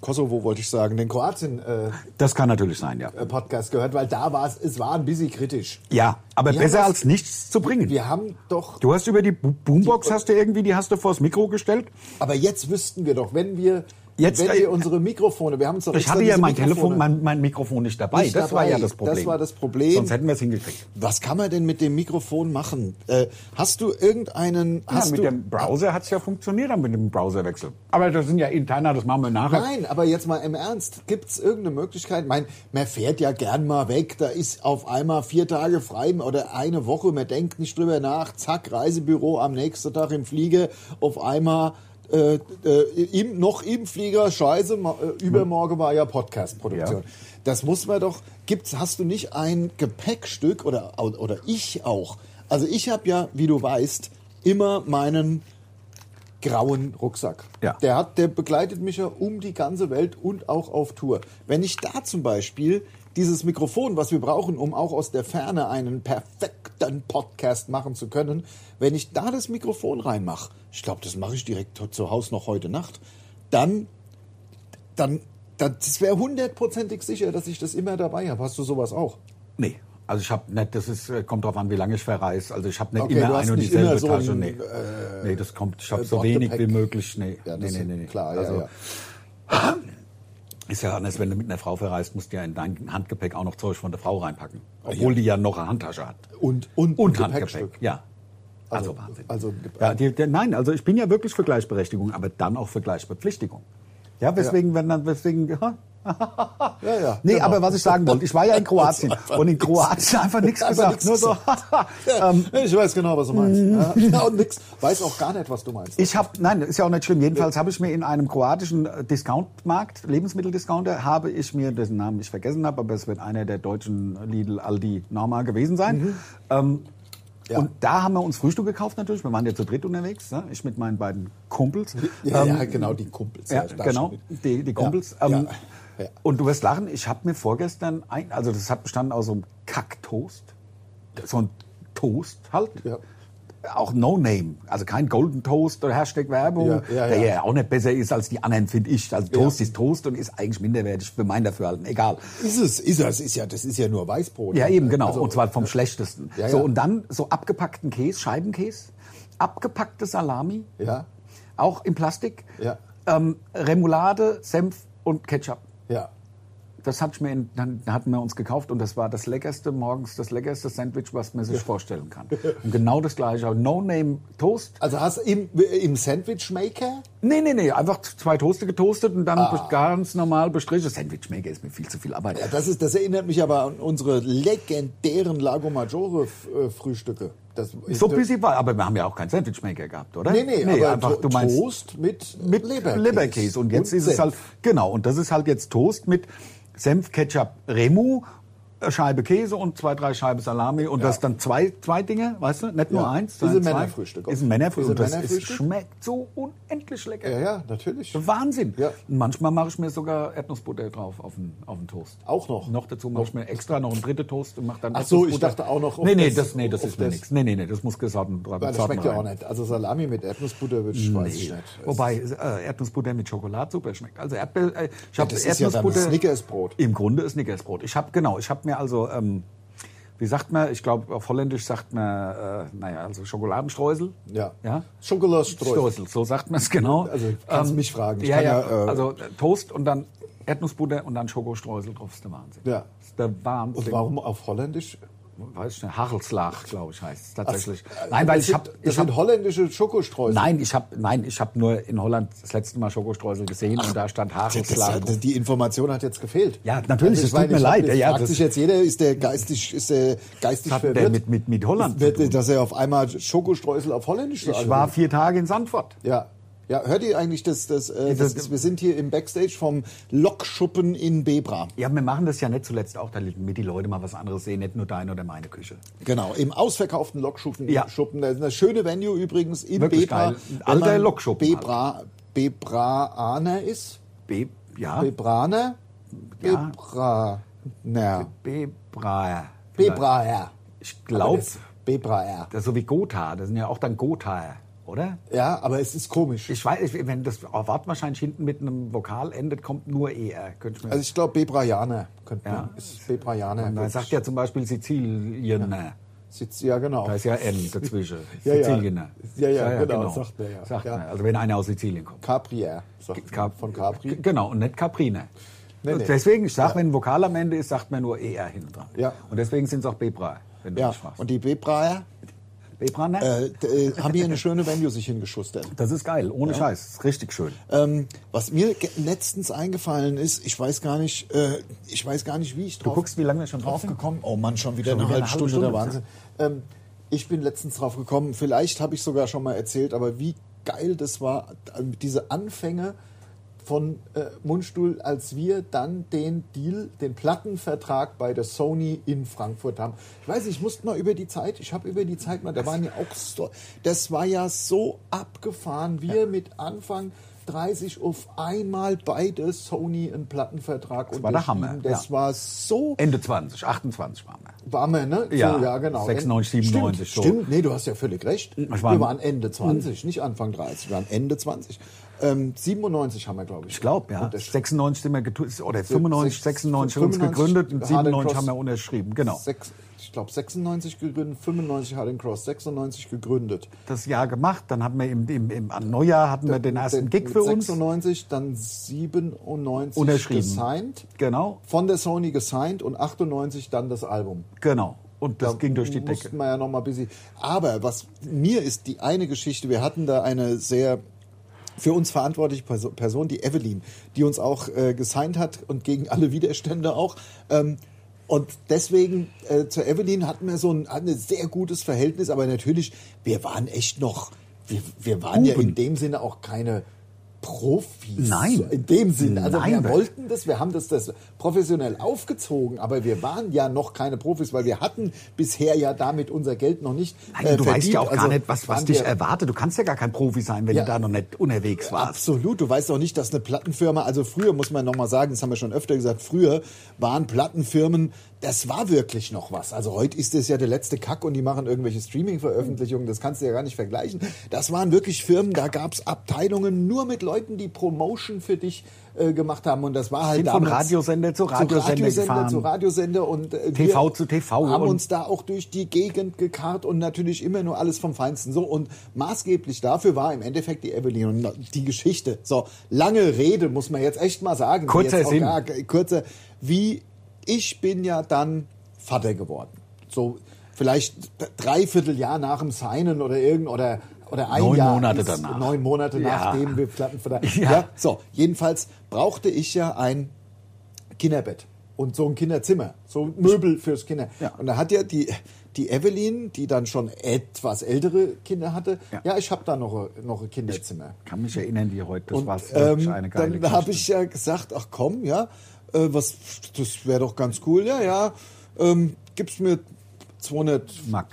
Speaker 1: Kosovo, wollte ich sagen, den Kroatien äh,
Speaker 2: Das kann natürlich sein, ja.
Speaker 1: Podcast gehört, weil da war es, es war ein bisschen kritisch.
Speaker 2: Ja, aber
Speaker 1: Ja,
Speaker 2: besser
Speaker 1: das-
Speaker 2: als nichts zu bringen.
Speaker 1: Wir haben doch
Speaker 2: Du hast über die Bu- Boombox hast du irgendwie, die hast du vors Mikro gestellt.
Speaker 1: Aber jetzt wüssten wir doch, wenn wir
Speaker 2: Jetzt-
Speaker 1: wenn ihr unsere Mikrofone, wir haben zwar
Speaker 2: Ich
Speaker 1: extra
Speaker 2: hatte ja
Speaker 1: diese
Speaker 2: mein
Speaker 1: Mikrofone
Speaker 2: Telefon, mein, mein Mikrofon nicht dabei.
Speaker 1: nicht
Speaker 2: das war
Speaker 1: dabei.
Speaker 2: ja das Problem.
Speaker 1: Das war das Problem.
Speaker 2: Sonst hätten wir es hingekriegt.
Speaker 1: Was kann man denn mit dem Mikrofon machen? Äh, hast du irgendeinen? Hast
Speaker 2: ja, mit
Speaker 1: du,
Speaker 2: dem Browser hat es ja funktioniert, dann mit dem Browserwechsel. Aber das sind ja interner, das machen wir nachher.
Speaker 1: Nein, aber jetzt mal im Ernst, gibt es irgendeine Möglichkeit? Ich Mein, man fährt ja gern mal weg, da ist auf einmal vier Tage frei oder eine Woche, man denkt nicht drüber nach, zack, Reisebüro am nächsten Tag im Flieger, auf einmal äh, äh, im, noch im Flieger, scheiße, ma- äh, übermorgen war ja Podcast-Produktion.
Speaker 2: Ja.
Speaker 1: Das muss man doch, gibt's, hast du nicht ein Gepäckstück oder, oder ich auch? Also ich habe ja, wie du weißt, immer meinen grauen Rucksack.
Speaker 2: Ja.
Speaker 1: Der, hat, der begleitet mich ja um die ganze Welt und auch auf Tour. Wenn ich da zum Beispiel dieses Mikrofon, was wir brauchen, um auch aus der Ferne einen perfekten Podcast machen zu können, wenn ich da das Mikrofon reinmache, ich glaube, das mache ich direkt zu Hause noch heute Nacht, dann, dann, dann das wäre hundertprozentig sicher, dass ich das immer dabei habe. Hast du sowas auch?
Speaker 2: Nee. Also ich habe nicht, das ist, äh, kommt drauf an, wie lange ich verreise. Also ich habe nicht
Speaker 1: Okay, du
Speaker 2: immer
Speaker 1: hast
Speaker 2: eine und
Speaker 1: nicht
Speaker 2: dieselbe
Speaker 1: immer so
Speaker 2: Tasche.
Speaker 1: ein,
Speaker 2: nee. nee, das kommt, ich habe
Speaker 1: äh,
Speaker 2: so wenig wie
Speaker 1: Bordgepäck.
Speaker 2: möglich. Nee,
Speaker 1: Ja,
Speaker 2: nee,
Speaker 1: das
Speaker 2: nee,
Speaker 1: ist
Speaker 2: nee, nee.
Speaker 1: klar, ja,
Speaker 2: also,
Speaker 1: ja.
Speaker 2: Ist ja anders, wenn du mit einer Frau verreist, musst du ja in dein Handgepäck auch noch Zeug von der Frau reinpacken. Obwohl die Ah, ja noch eine Handtasche hat.
Speaker 1: Und, und,
Speaker 2: Und
Speaker 1: ein
Speaker 2: Handgepäck, ja. Also,
Speaker 1: Also-
Speaker 2: Wahnsinn.
Speaker 1: also ein Gepäck.
Speaker 2: ja, die, die, nein, also ich bin ja wirklich für Gleichberechtigung, aber dann auch für Gleichverpflichtung. Ja, weswegen, wenn dann, weswegen, ja.
Speaker 1: Ja, ja,
Speaker 2: Nee,
Speaker 1: genau.
Speaker 2: aber was ich sagen wollte, ich war ja in Kroatien
Speaker 1: Einfach
Speaker 2: und in
Speaker 1: nix.
Speaker 2: Kroatien einfach nichts gesagt,
Speaker 1: nix
Speaker 2: nur so.
Speaker 1: Ja,
Speaker 2: Ähm,
Speaker 1: ich weiß genau, was du meinst.
Speaker 2: Mhm.
Speaker 1: Ja, und nix. Weiß auch gar nicht, was du meinst.
Speaker 2: Ich habe, nein, ist ja auch nicht schlimm. Jedenfalls habe ich mir in einem kroatischen äh, Discountmarkt, Lebensmitteldiscounter, habe ich mir, dessen Namen ich vergessen habe, aber es wird einer der deutschen Lidl, Aldi, Norma gewesen sein. Ähm,
Speaker 1: Mhm. Ja.
Speaker 2: Und da haben wir uns Frühstück gekauft natürlich. Wir waren ja zu dritt unterwegs, ne? ich mit meinen beiden Kumpels.
Speaker 1: ja,
Speaker 2: Ähm,
Speaker 1: ja, genau, die Kumpels.
Speaker 2: ja,
Speaker 1: da
Speaker 2: genau,
Speaker 1: schon.
Speaker 2: die, die Kumpels.
Speaker 1: Ja,
Speaker 2: ähm,
Speaker 1: ja, ja.
Speaker 2: Und du wirst lachen, ich habe mir vorgestern, ein, also das hat bestanden aus so einem Kacktoast, so ein Toast halt.
Speaker 1: Ja.
Speaker 2: Auch No Name, also kein Golden Toast oder Hashtag Werbung,
Speaker 1: Ja, ja,
Speaker 2: der
Speaker 1: ja.
Speaker 2: ja auch nicht besser ist als die anderen, finde ich. Also Toast ist Toast und ist eigentlich minderwertig für mein Dafürhalten, egal.
Speaker 1: Ist es, ist es, ist ja, das ist ja nur Weißbrot.
Speaker 2: Ja, eben, genau.
Speaker 1: Also,
Speaker 2: und zwar vom schlechtesten.
Speaker 1: Ja,
Speaker 2: So,
Speaker 1: ja.
Speaker 2: und dann so abgepackten Käse, Scheibenkäse, abgepackte Salami,
Speaker 1: Ja,
Speaker 2: auch in Plastik,
Speaker 1: Ja.
Speaker 2: ähm, Remoulade, Senf und Ketchup.
Speaker 1: ja.
Speaker 2: Das hat ich mir in, dann hatten wir uns gekauft und das war das leckerste morgens, das leckerste Sandwich, was man sich vorstellen kann. Und genau das gleiche. No Name Toast.
Speaker 1: Also hast du im, im Sandwichmaker?
Speaker 2: Nee, nee, nee. Einfach zwei Toaste getoastet und dann ganz normal bestrichen. Sandwichmaker ist mir viel zu viel Arbeit.
Speaker 1: Ah. Ja, das, ist, das erinnert mich aber an unsere legendären Lago Maggiore äh, Frühstücke. Das,
Speaker 2: so busy war, aber wir haben ja auch keinen Sandwichmaker gehabt, oder?
Speaker 1: Nee, nee, aber
Speaker 2: einfach,
Speaker 1: To-
Speaker 2: du meinst
Speaker 1: Toast mit,
Speaker 2: mit
Speaker 1: Leberkäse.
Speaker 2: Leberkäse. Und jetzt ist
Speaker 1: Senf.
Speaker 2: es halt, genau, und das ist halt jetzt Toast mit Senf, Ketchup, Remu, äh, Scheibe Käse und zwei, drei Scheiben Salami und das dann zwei, zwei Dinge, weißt du, nicht nur
Speaker 1: Ja.
Speaker 2: eins.
Speaker 1: Ist
Speaker 2: sondern
Speaker 1: ein
Speaker 2: zwei.
Speaker 1: Männerfrühstück.
Speaker 2: Ist ein
Speaker 1: Ist ein
Speaker 2: Männerfrühstück. Und das ist,
Speaker 1: Männerfrühstück.
Speaker 2: schmeckt so unendlich lecker.
Speaker 1: Ja, ja, natürlich.
Speaker 2: Wahnsinn.
Speaker 1: Ja.
Speaker 2: Und manchmal mache ich mir sogar Erdnussbutter drauf auf den, auf den Toast.
Speaker 1: Auch noch?
Speaker 2: Noch dazu mache ich mir extra noch einen dritten Toast und mache dann
Speaker 1: Ach so, ich
Speaker 2: Erdnussbutter.
Speaker 1: dachte auch noch auf
Speaker 2: Nee, nee,
Speaker 1: das-
Speaker 2: das, nee, das
Speaker 1: auf
Speaker 2: ist mir
Speaker 1: das-
Speaker 2: nichts. Nee, nee, nee, das muss gesorten werden.
Speaker 1: Weil das schmeckt ja auch nicht. Also Salami mit Erdnussbutter würde ich, weiß ich nicht. Das-
Speaker 2: Wobei äh, Erdnussbutter mit Schokolade super schmeckt. Also Erdbe äh, ich
Speaker 1: Ja,
Speaker 2: habe
Speaker 1: das ist ja dann
Speaker 2: Erdnussbutter.
Speaker 1: Snickersbrot.
Speaker 2: Im Grunde ist Snickersbrot. Ich habe genau, ich habe mir also ähm, wie sagt man? Ich glaube auf Holländisch sagt man äh, naja, also Schokoladenstreusel.
Speaker 1: Ja.
Speaker 2: Ja.
Speaker 1: Schokoladestreusel.
Speaker 2: Streusel, so sagt man es genau.
Speaker 1: Also, kannst mich fragen. Ich
Speaker 2: ja,
Speaker 1: kann
Speaker 2: ja,
Speaker 1: ja, äh,
Speaker 2: also äh, Toast und dann Erdnussbutter und dann Schokostreusel drauf. Das ist der Wahnsinn.
Speaker 1: Ja.
Speaker 2: Das ist der Wahnsinn.
Speaker 1: Und warum auf Holländisch?
Speaker 2: Weiß ich nicht, Hachelslach, glaube ich, heißt es tatsächlich.
Speaker 1: Also,
Speaker 2: Nein, weil
Speaker 1: das
Speaker 2: ich habe
Speaker 1: sind- Das
Speaker 2: ich hab
Speaker 1: sind holländische Schokostreusel.
Speaker 2: Nein, ich habe nein, ich habe nur in Holland das letzte Mal Schokostreusel gesehen und da stand
Speaker 1: Das, das,
Speaker 2: Haarschlag.
Speaker 1: das, die Information hat jetzt gefehlt. Also
Speaker 2: Ja, natürlich, es
Speaker 1: ich
Speaker 2: tut mir
Speaker 1: ich hab-
Speaker 2: leid. Ja, ja,
Speaker 1: fragt
Speaker 2: das-
Speaker 1: sich jetzt jeder, ist der geistig, ist der geistig
Speaker 2: hat denn der mit- mit- mit Holland
Speaker 1: Wird-
Speaker 2: zu tun?
Speaker 1: Dass er auf einmal Schokostreusel auf Holländisch
Speaker 2: Ich
Speaker 1: sagen
Speaker 2: war
Speaker 1: will.
Speaker 2: vier Tage in Sandford.
Speaker 1: Ja. Ja, hört ihr eigentlich, das, das, äh, das,
Speaker 2: das-
Speaker 1: ist- wir sind hier im Backstage vom Lokschuppen in Bebra.
Speaker 2: Ja, wir machen das ja nicht zuletzt auch, damit die Leute mal was anderes sehen, nicht nur deine oder meine Küche.
Speaker 1: Genau, im ausverkauften Lokschuppen.
Speaker 2: Ja.
Speaker 1: Schuppen. Das ist eine schöne Venue übrigens in
Speaker 2: Wirklich
Speaker 1: Bebra.
Speaker 2: geil. Ein alter
Speaker 1: Wenn man
Speaker 2: Lokschuppen
Speaker 1: Bebra, Bebraaner ist.
Speaker 2: B, ja,
Speaker 1: Bebraner?
Speaker 2: Ah. Ja.
Speaker 1: Bebraner.
Speaker 2: Bebraer.
Speaker 1: Bebraer.
Speaker 2: Ich glaube,
Speaker 1: Bebraer.
Speaker 2: das ist so wie Gotha, das sind ja auch dann Gothaer, oder?
Speaker 1: Ja, aber es ist komisch.
Speaker 2: Ich weiß, ich- wenn das Wort wahrscheinlich hinten mit einem Vokal endet, kommt nur E ER. Könnte ich mir
Speaker 1: also ich glaube Bebraianer könnte
Speaker 2: Ja.
Speaker 1: man. Ist Bebraianer.
Speaker 2: Man sagt ja zum Beispiel Sizilien. ne?
Speaker 1: Siz ja, genau.
Speaker 2: Da ist ja N dazwischen. ne?
Speaker 1: Ja, ja.
Speaker 2: Siziliener.
Speaker 1: Ja, ja, genau, sagt man ja.
Speaker 2: Sagt
Speaker 1: Ja.
Speaker 2: Man. Also wenn einer aus Sizilien kommt.
Speaker 1: Caprier, sagt
Speaker 2: Cap-
Speaker 1: von Capri.
Speaker 2: G- Genau, und nicht Caprine.
Speaker 1: Nee, nee.
Speaker 2: Deswegen, ich sag,
Speaker 1: Ja.
Speaker 2: wenn ein Vokal am Ende ist, sagt man nur ER hinten dran.
Speaker 1: Ja.
Speaker 2: Und deswegen sind es auch Bebra, wenn du
Speaker 1: Ja,
Speaker 2: das machst.
Speaker 1: und die Bebraer
Speaker 2: Bebra, ne?
Speaker 1: äh, d- äh, haben hier eine schöne Venue sich hingeschustert.
Speaker 2: das ist geil, ohne Scheiß. Ist richtig schön.
Speaker 1: Ähm, was mir ge- letztens eingefallen ist, ich weiß gar nicht, äh, ich weiß gar nicht, wie ich
Speaker 2: Du
Speaker 1: drauf,
Speaker 2: guckst, wie lange wir schon drauf sind.
Speaker 1: draufgekommen. Oh Mann, schon wieder
Speaker 2: Schon
Speaker 1: eine
Speaker 2: wieder
Speaker 1: halbe
Speaker 2: eine halbe
Speaker 1: Stunde, der
Speaker 2: Stunde,
Speaker 1: Wahnsinn. Ähm, ich bin letztens drauf gekommen, vielleicht habe ich sogar schon mal erzählt, aber wie geil das war, äh, diese Anfänge von äh, Mundstuhl, als wir dann den Deal, den Plattenvertrag bei der Sony in Frankfurt haben. Ich weiß, nicht, ich musste mal über die Zeit, ich habe über die Zeit mal, da waren ja auch, so, das war ja so abgefahren, wir mit Anfang 30 auf einmal bei der Sony einen Plattenvertrag
Speaker 2: war der Hammer,
Speaker 1: unterschrieben. Das
Speaker 2: ja.
Speaker 1: war so
Speaker 2: Ende 20, 28 waren wir.
Speaker 1: war man, ne?
Speaker 2: Ja,
Speaker 1: so, ja genau.
Speaker 2: 96,
Speaker 1: Stimmt,
Speaker 2: 97 so.
Speaker 1: Stimmt, nee, du hast ja völlig recht.
Speaker 2: Ich hm. war-
Speaker 1: wir waren Ende 20, nicht Anfang 30, wir waren Ende 20. Ähm, 97 haben wir, glaube ich.
Speaker 2: Ich glaube, ja.
Speaker 1: Und das
Speaker 2: 96 sind wir getu- oder 95,
Speaker 1: Sechs-
Speaker 2: 96 haben wir uns
Speaker 1: 95
Speaker 2: gegründet und
Speaker 1: Hard
Speaker 2: 97
Speaker 1: Cross.
Speaker 2: haben wir unterschrieben. Genau.
Speaker 1: Sechs, ich glaube, 96 gegründet, 95 Harding Cross, 96 gegründet.
Speaker 2: Das Jahr gemacht, dann hatten wir im, im, im am Neujahr hatten wir den ersten Gig für uns.
Speaker 1: 96, dann 97
Speaker 2: Unterschrieben.
Speaker 1: gesigned.
Speaker 2: Genau,
Speaker 1: Von der Sony gesigned und 98 dann das Album.
Speaker 2: genau. Und das
Speaker 1: Da
Speaker 2: ging durch die
Speaker 1: mussten äh,
Speaker 2: Decke.
Speaker 1: wir ja noch mal ein bisschen. Aber was mir ist die eine Geschichte, wir hatten da eine sehr für uns verantwortliche Perso- Person, die Evelyn, die uns auch äh, gesigned hat und gegen alle Widerstände auch. Ähm, und deswegen äh, zu Evelyn hatten wir so ein, hatten ein sehr gutes Verhältnis, aber natürlich, wir waren echt noch, wir, wir waren ja
Speaker 2: Buben.
Speaker 1: in dem Sinne auch keine Profis.
Speaker 2: Nein.
Speaker 1: So In dem Sinne. Also
Speaker 2: Nein.
Speaker 1: wir wollten das, wir haben das, das professionell aufgezogen, aber wir waren ja noch keine Profis, weil wir hatten bisher ja damit unser Geld noch nicht.
Speaker 2: Nein,
Speaker 1: äh,
Speaker 2: du
Speaker 1: verdient.
Speaker 2: weißt ja auch gar
Speaker 1: Also
Speaker 2: nicht, was, was
Speaker 1: waren
Speaker 2: dich
Speaker 1: wir-
Speaker 2: erwartet. Du kannst ja gar kein Profi sein, wenn
Speaker 1: Ja.
Speaker 2: du da noch nicht unterwegs warst.
Speaker 1: Absolut, du weißt auch nicht, dass eine Plattenfirma, also früher muss man nochmal sagen, das haben wir schon öfter gesagt, früher waren Plattenfirmen, das war wirklich noch was. Also heute ist es ja der letzte Kack und die machen irgendwelche Streaming-Veröffentlichungen, das kannst du ja gar nicht vergleichen. Das waren wirklich Firmen, da gab es Abteilungen nur mit Leuten, die Promotion für dich äh, gemacht haben und das war halt
Speaker 2: Sind von
Speaker 1: damals-
Speaker 2: Radiosender zu Radiosender gefahren.
Speaker 1: zu Radiosender und äh,
Speaker 2: TV
Speaker 1: wir
Speaker 2: zu TV
Speaker 1: haben
Speaker 2: und-
Speaker 1: uns da auch durch die Gegend gekarrt und natürlich immer nur alles vom Feinsten so und maßgeblich dafür war im Endeffekt die Evelyn und die Geschichte so lange Rede muss man jetzt echt mal sagen die
Speaker 2: Kurzer
Speaker 1: jetzt auch
Speaker 2: Sinn.
Speaker 1: gar- kurzer wie ich bin ja dann Vater geworden so vielleicht dreiviertel Jahr nach dem Signen oder irgend oder oder ein
Speaker 2: Neun
Speaker 1: Jahr
Speaker 2: Monate
Speaker 1: ist-
Speaker 2: danach.
Speaker 1: neun Monate
Speaker 2: Ja.
Speaker 1: nachdem wir Plattenvertrag
Speaker 2: Ja.
Speaker 1: ja so jedenfalls brauchte ich ja ein Kinderbett und so ein Kinderzimmer, so ein Möbel fürs Kinder.
Speaker 2: Ja.
Speaker 1: Und da hat ja die, die Evelyn, die dann schon etwas ältere Kinder hatte, ja,
Speaker 2: Ja.
Speaker 1: ich habe da noch, ein- noch ein Kinderzimmer.
Speaker 2: Ich kann mich erinnern wie heute. Das
Speaker 1: Und,
Speaker 2: war wirklich
Speaker 1: ähm,
Speaker 2: eine geile
Speaker 1: dann habe
Speaker 2: Geschichte.
Speaker 1: ich ja gesagt, ach komm, ja, äh, was, das wäre doch ganz cool, ja, ja, ähm, gib's mir 250
Speaker 2: Mack.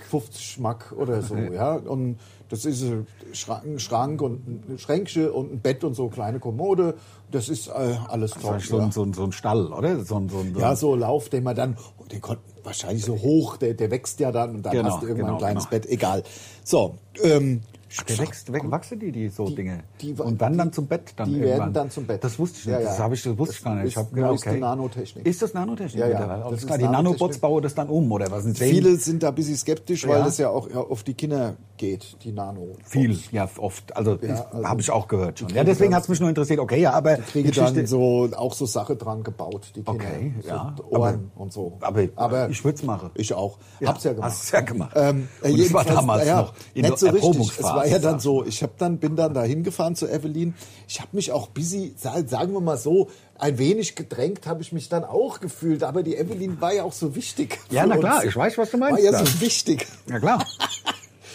Speaker 1: Mack oder so, ja, und das ist ein Schrank, ein Schrank und ein Schränkchen und ein Bett und so kleine Kommode, das ist äh, alles
Speaker 2: Das war
Speaker 1: toll.
Speaker 2: so,
Speaker 1: ja.
Speaker 2: ein, so, ein, so ein Stall, oder? So ein, so ein, so
Speaker 1: Ja,
Speaker 2: ein-
Speaker 1: so Lauf, den man dann, oh, den konnten wahrscheinlich so hoch, der, der wächst ja dann und dann
Speaker 2: Genau,
Speaker 1: hast du irgendwann
Speaker 2: genau,
Speaker 1: ein kleines
Speaker 2: genau.
Speaker 1: Bett, egal. So, ähm,
Speaker 2: Der wächst, weg, wachsen die, die so Dinge.
Speaker 1: die-
Speaker 2: und dann,
Speaker 1: die-
Speaker 2: dann zum Bett. Dann
Speaker 1: die werden
Speaker 2: irgendwann.
Speaker 1: dann zum Bett.
Speaker 2: Das wusste ich nicht.
Speaker 1: Ja, ja.
Speaker 2: Das, habe ich, das wusste ich
Speaker 1: Das
Speaker 2: gar nicht.
Speaker 1: ist
Speaker 2: ich habe gedacht,
Speaker 1: neueste
Speaker 2: okay.
Speaker 1: Nanotechnik.
Speaker 2: Ist das Nanotechnik?
Speaker 1: Ja, ja.
Speaker 2: mittlerweile?
Speaker 1: Das
Speaker 2: Alles
Speaker 1: ist
Speaker 2: klar, die Nanobots
Speaker 1: Nanotechnik.
Speaker 2: bauen das dann um, oder was?
Speaker 1: viele sind da ein bisschen skeptisch, weil
Speaker 2: Ja.
Speaker 1: das ja auch ja, auf die Kinder geht, die Nano.
Speaker 2: Viel, ja, oft. Also,
Speaker 1: also-
Speaker 2: habe ich auch gehört schon. Ja,
Speaker 1: kriegen
Speaker 2: deswegen
Speaker 1: dann-
Speaker 2: hat es mich nur interessiert. Okay, ja, aber
Speaker 1: Kriege dann so, auch so Sache dran gebaut, die Kinder.
Speaker 2: Okay, ja.
Speaker 1: So Ohren und so.
Speaker 2: aber- ich würd's machen.
Speaker 1: Ich auch.
Speaker 2: Ja,
Speaker 1: Hab's ja gemacht.
Speaker 2: Hast es ja gemacht.
Speaker 1: Ähm,
Speaker 2: und ich war
Speaker 1: jedenfalls,
Speaker 2: damals
Speaker 1: naja,
Speaker 2: noch in der
Speaker 1: nicht so richtig. Es
Speaker 2: Erprobungsphase.
Speaker 1: war ja dann so. Ich hab dann, bin dann da hingefahren zu Evelyn. Ich habe mich auch busy, sa- sagen wir mal so, ein wenig gedrängt habe ich mich dann auch gefühlt. Aber die Evelyn war ja auch so wichtig.
Speaker 2: Ja,
Speaker 1: für
Speaker 2: na klar,
Speaker 1: uns.
Speaker 2: ich weiß, was du meinst.
Speaker 1: War ja
Speaker 2: da.
Speaker 1: so wichtig.
Speaker 2: Ja, klar.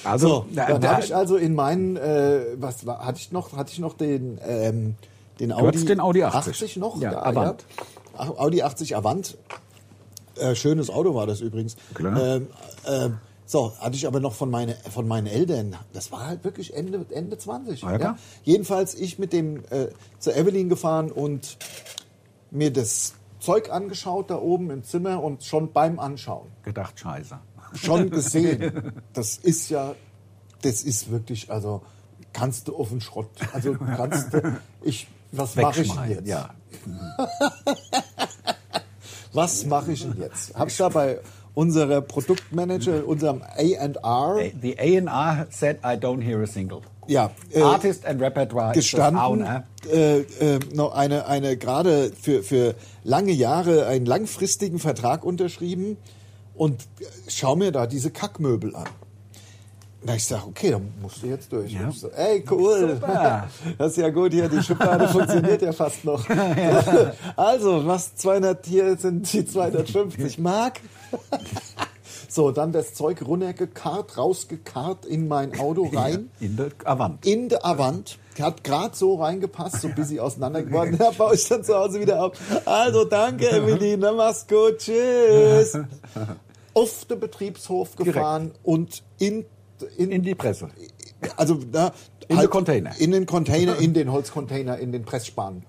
Speaker 2: Also, da-
Speaker 1: Dann
Speaker 2: da-
Speaker 1: habe ich also in meinen, äh, was war, hatte ich noch, hatte ich noch den, ähm, den
Speaker 2: Du
Speaker 1: Audi,
Speaker 2: hattest den Audi 80.
Speaker 1: noch?
Speaker 2: Ja, Avant.
Speaker 1: Ja. Ach, Audi 80 Avant. Äh, schönes Auto war das übrigens.
Speaker 2: Klar.
Speaker 1: Ähm, ähm, so, hatte ich aber noch von, meine, von meinen Eltern. Das war halt wirklich Ende, Ende 20.
Speaker 2: Ah, ja, klar.
Speaker 1: Jedenfalls ich mit dem äh, zur Evelyn gefahren und mir das Zeug angeschaut da oben im Zimmer und schon beim Anschauen
Speaker 2: gedacht, scheiße.
Speaker 1: schon gesehen. Das ist ja, das ist wirklich, also kannst du auf den Schrott. Also kannst du, ich, was mache ich denn
Speaker 2: Wegschmeißen,
Speaker 1: jetzt?
Speaker 2: ja.
Speaker 1: Was mache ich denn jetzt? Hab's da bei unserer Produktmanager, unserem A&R,
Speaker 2: The A&R said I don't hear a single.
Speaker 1: ja, äh,
Speaker 2: Artist and Repertoire
Speaker 1: gestanden,
Speaker 2: ist das ne? A und R.
Speaker 1: äh, äh, noch eine, eine gerade für, für lange Jahre einen langfristigen Vertrag unterschrieben und schau mir da diese Kackmöbel an. Na, ich sage, okay, dann musst du jetzt durch.
Speaker 2: Ja.
Speaker 1: Und ich So, ey, cool.
Speaker 2: Super.
Speaker 1: Das ist ja gut hier, die Schublade funktioniert ja fast noch. Also, was 200 hier sind die 250 Mark. So, dann das Zeug runtergekarrt, rausgekarrt in mein Auto rein
Speaker 2: In der Avant.
Speaker 1: in der Avant. Hat gerade so reingepasst, so ein bisschen auseinander geworden. Da baue ich dann zu Hause wieder auf. Also danke, Emily. Na, mach's gut. Tschüss. Auf den Betriebshof gefahren und in, in,
Speaker 2: In die Presse.
Speaker 1: also, na,
Speaker 2: In den Container.
Speaker 1: In den Container, in den Holzcontainer, in den Pressspan.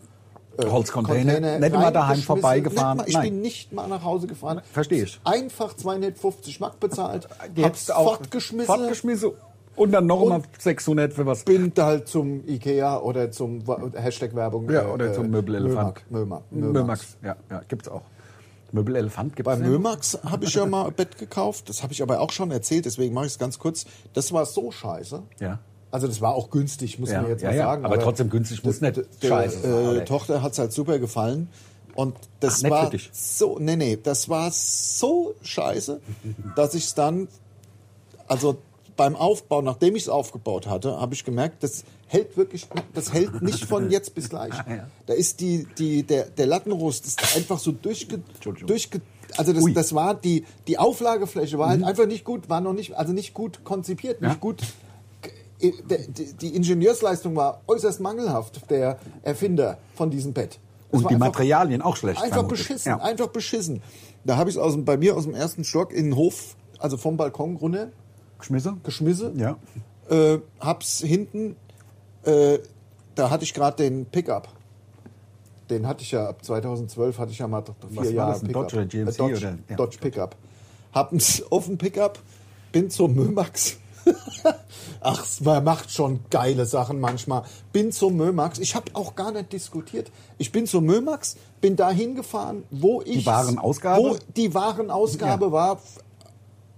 Speaker 1: äh,
Speaker 2: Holzcontainer. Nicht mal daheim
Speaker 1: reingeschmissen.
Speaker 2: vorbeigefahren.
Speaker 1: Nicht mal, ich
Speaker 2: Nein.
Speaker 1: bin nicht mal nach Hause gefahren.
Speaker 2: Versteh ich.
Speaker 1: Einfach 250 Mark bezahlt, hab's
Speaker 2: Jetzt auch
Speaker 1: fortgeschmissen,
Speaker 2: Fortgeschmissen. Und dann noch mal 600 für was.
Speaker 1: bin da halt zum Ikea oder zum Wa- Hashtag Werbung. äh,
Speaker 2: Ja, oder zum Möbelelefant.
Speaker 1: Mömax. Mömax.
Speaker 2: Mömax. Ja, ja, gibt's auch. Möbelelefant gibt's
Speaker 1: Bei
Speaker 2: den?
Speaker 1: Mömax habe ich ja mal ein Bett gekauft. Das habe ich aber auch schon erzählt, deswegen mache ich es ganz kurz. Das war so scheiße.
Speaker 2: Ja.
Speaker 1: Also das war auch günstig, muss
Speaker 2: Ja,
Speaker 1: man jetzt
Speaker 2: ja,
Speaker 1: mal
Speaker 2: ja.
Speaker 1: sagen.
Speaker 2: Aber trotzdem günstig muss
Speaker 1: der-
Speaker 2: nicht
Speaker 1: der,
Speaker 2: scheiße sein,
Speaker 1: äh,
Speaker 2: oder?
Speaker 1: Tochter hat es halt super gefallen. Und
Speaker 2: Ach,
Speaker 1: das
Speaker 2: nett
Speaker 1: war
Speaker 2: für dich.
Speaker 1: so, nee, nee, das war so scheiße, dass ich es dann also beim Aufbau, nachdem ich es aufgebaut hatte, habe ich gemerkt, das hält wirklich, das hält nicht von jetzt bis gleich.
Speaker 2: Ah, ja.
Speaker 1: Da ist die, die, der, der Lattenrost ist einfach so durchge,
Speaker 2: Entschuldigung.
Speaker 1: durchge also das,
Speaker 2: Ui. Mhm.
Speaker 1: das war die, die Auflagefläche war halt einfach nicht gut, war noch nicht, also nicht gut konzipiert, nicht
Speaker 2: Ja.
Speaker 1: gut. Die, die- die Ingenieursleistung war äußerst mangelhaft, der Erfinder von diesem Bett. Das
Speaker 2: Und
Speaker 1: war
Speaker 2: die
Speaker 1: einfach-
Speaker 2: Materialien auch schlecht.
Speaker 1: Einfach
Speaker 2: vermutlich.
Speaker 1: beschissen,
Speaker 2: Ja.
Speaker 1: einfach beschissen. Da habe ich es bei mir aus dem ersten Stock in den Hof, also vom Balkon runter
Speaker 2: Geschmissen?
Speaker 1: geschmisse.
Speaker 2: Ja.
Speaker 1: Äh, hab's hinten, äh, da hatte ich gerade den Pickup. Den hatte ich ja ab 2012 hatte ich ja mal d- vier
Speaker 2: war
Speaker 1: Jahre Äh,
Speaker 2: das, ein Dodge oder GMC
Speaker 1: Dodge,
Speaker 2: oder? Ja.
Speaker 1: Dodge Pickup. Hab's auf dem Pickup, bin zum Mömax. Ach, man macht schon geile Sachen manchmal. Bin zum Mömax. Ich habe auch gar nicht diskutiert. Ich bin zum Mömax, bin dahin gefahren, wo ich
Speaker 2: Warenausgabe?
Speaker 1: wo die Warenausgabe
Speaker 2: Ja.
Speaker 1: war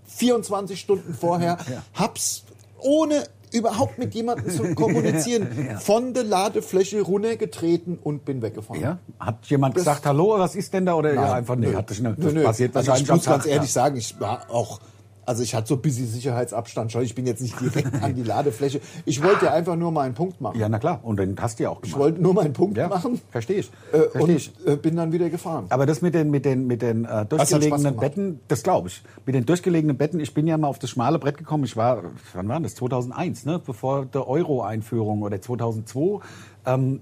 Speaker 1: 24 Stunden vorher,
Speaker 2: Ja.
Speaker 1: hab's ohne überhaupt mit jemandem zu kommunizieren,
Speaker 2: Ja.
Speaker 1: von der Ladefläche runtergetreten und bin weggefahren.
Speaker 2: Ja? Hat jemand gesagt, hallo, was ist denn da? Oder ja, einfach nicht.
Speaker 1: Nö.
Speaker 2: Hat sich nicht.
Speaker 1: Nö, nö.
Speaker 2: passiert
Speaker 1: also ich
Speaker 2: wahrscheinlich am
Speaker 1: muss ganz
Speaker 2: Tag,
Speaker 1: ehrlich
Speaker 2: ja.
Speaker 1: sagen, ich war auch, also ich hatte so ein bisschen Sicherheitsabstand schon. Ich bin jetzt nicht direkt an die Ladefläche. Ich wollte ja einfach nur meinen Punkt machen.
Speaker 2: Ja, na klar. Und den hast du ja auch
Speaker 1: Ich
Speaker 2: gemacht.
Speaker 1: wollte nur meinen Punkt
Speaker 2: ja,
Speaker 1: machen
Speaker 2: Verstehe ich.
Speaker 1: äh,
Speaker 2: Verstehe ich.
Speaker 1: und äh, bin dann wieder gefahren.
Speaker 2: Aber das mit den, mit den, mit den äh,
Speaker 1: hat Spaß
Speaker 2: durchgelegenen
Speaker 1: gemacht.
Speaker 2: Betten, das glaube ich. Mit den durchgelegenen Betten, ich bin ja mal auf das schmale Brett gekommen. Ich war, wann war das? 2001, ne? bevor der Euro-Einführung oder 2002. Ähm,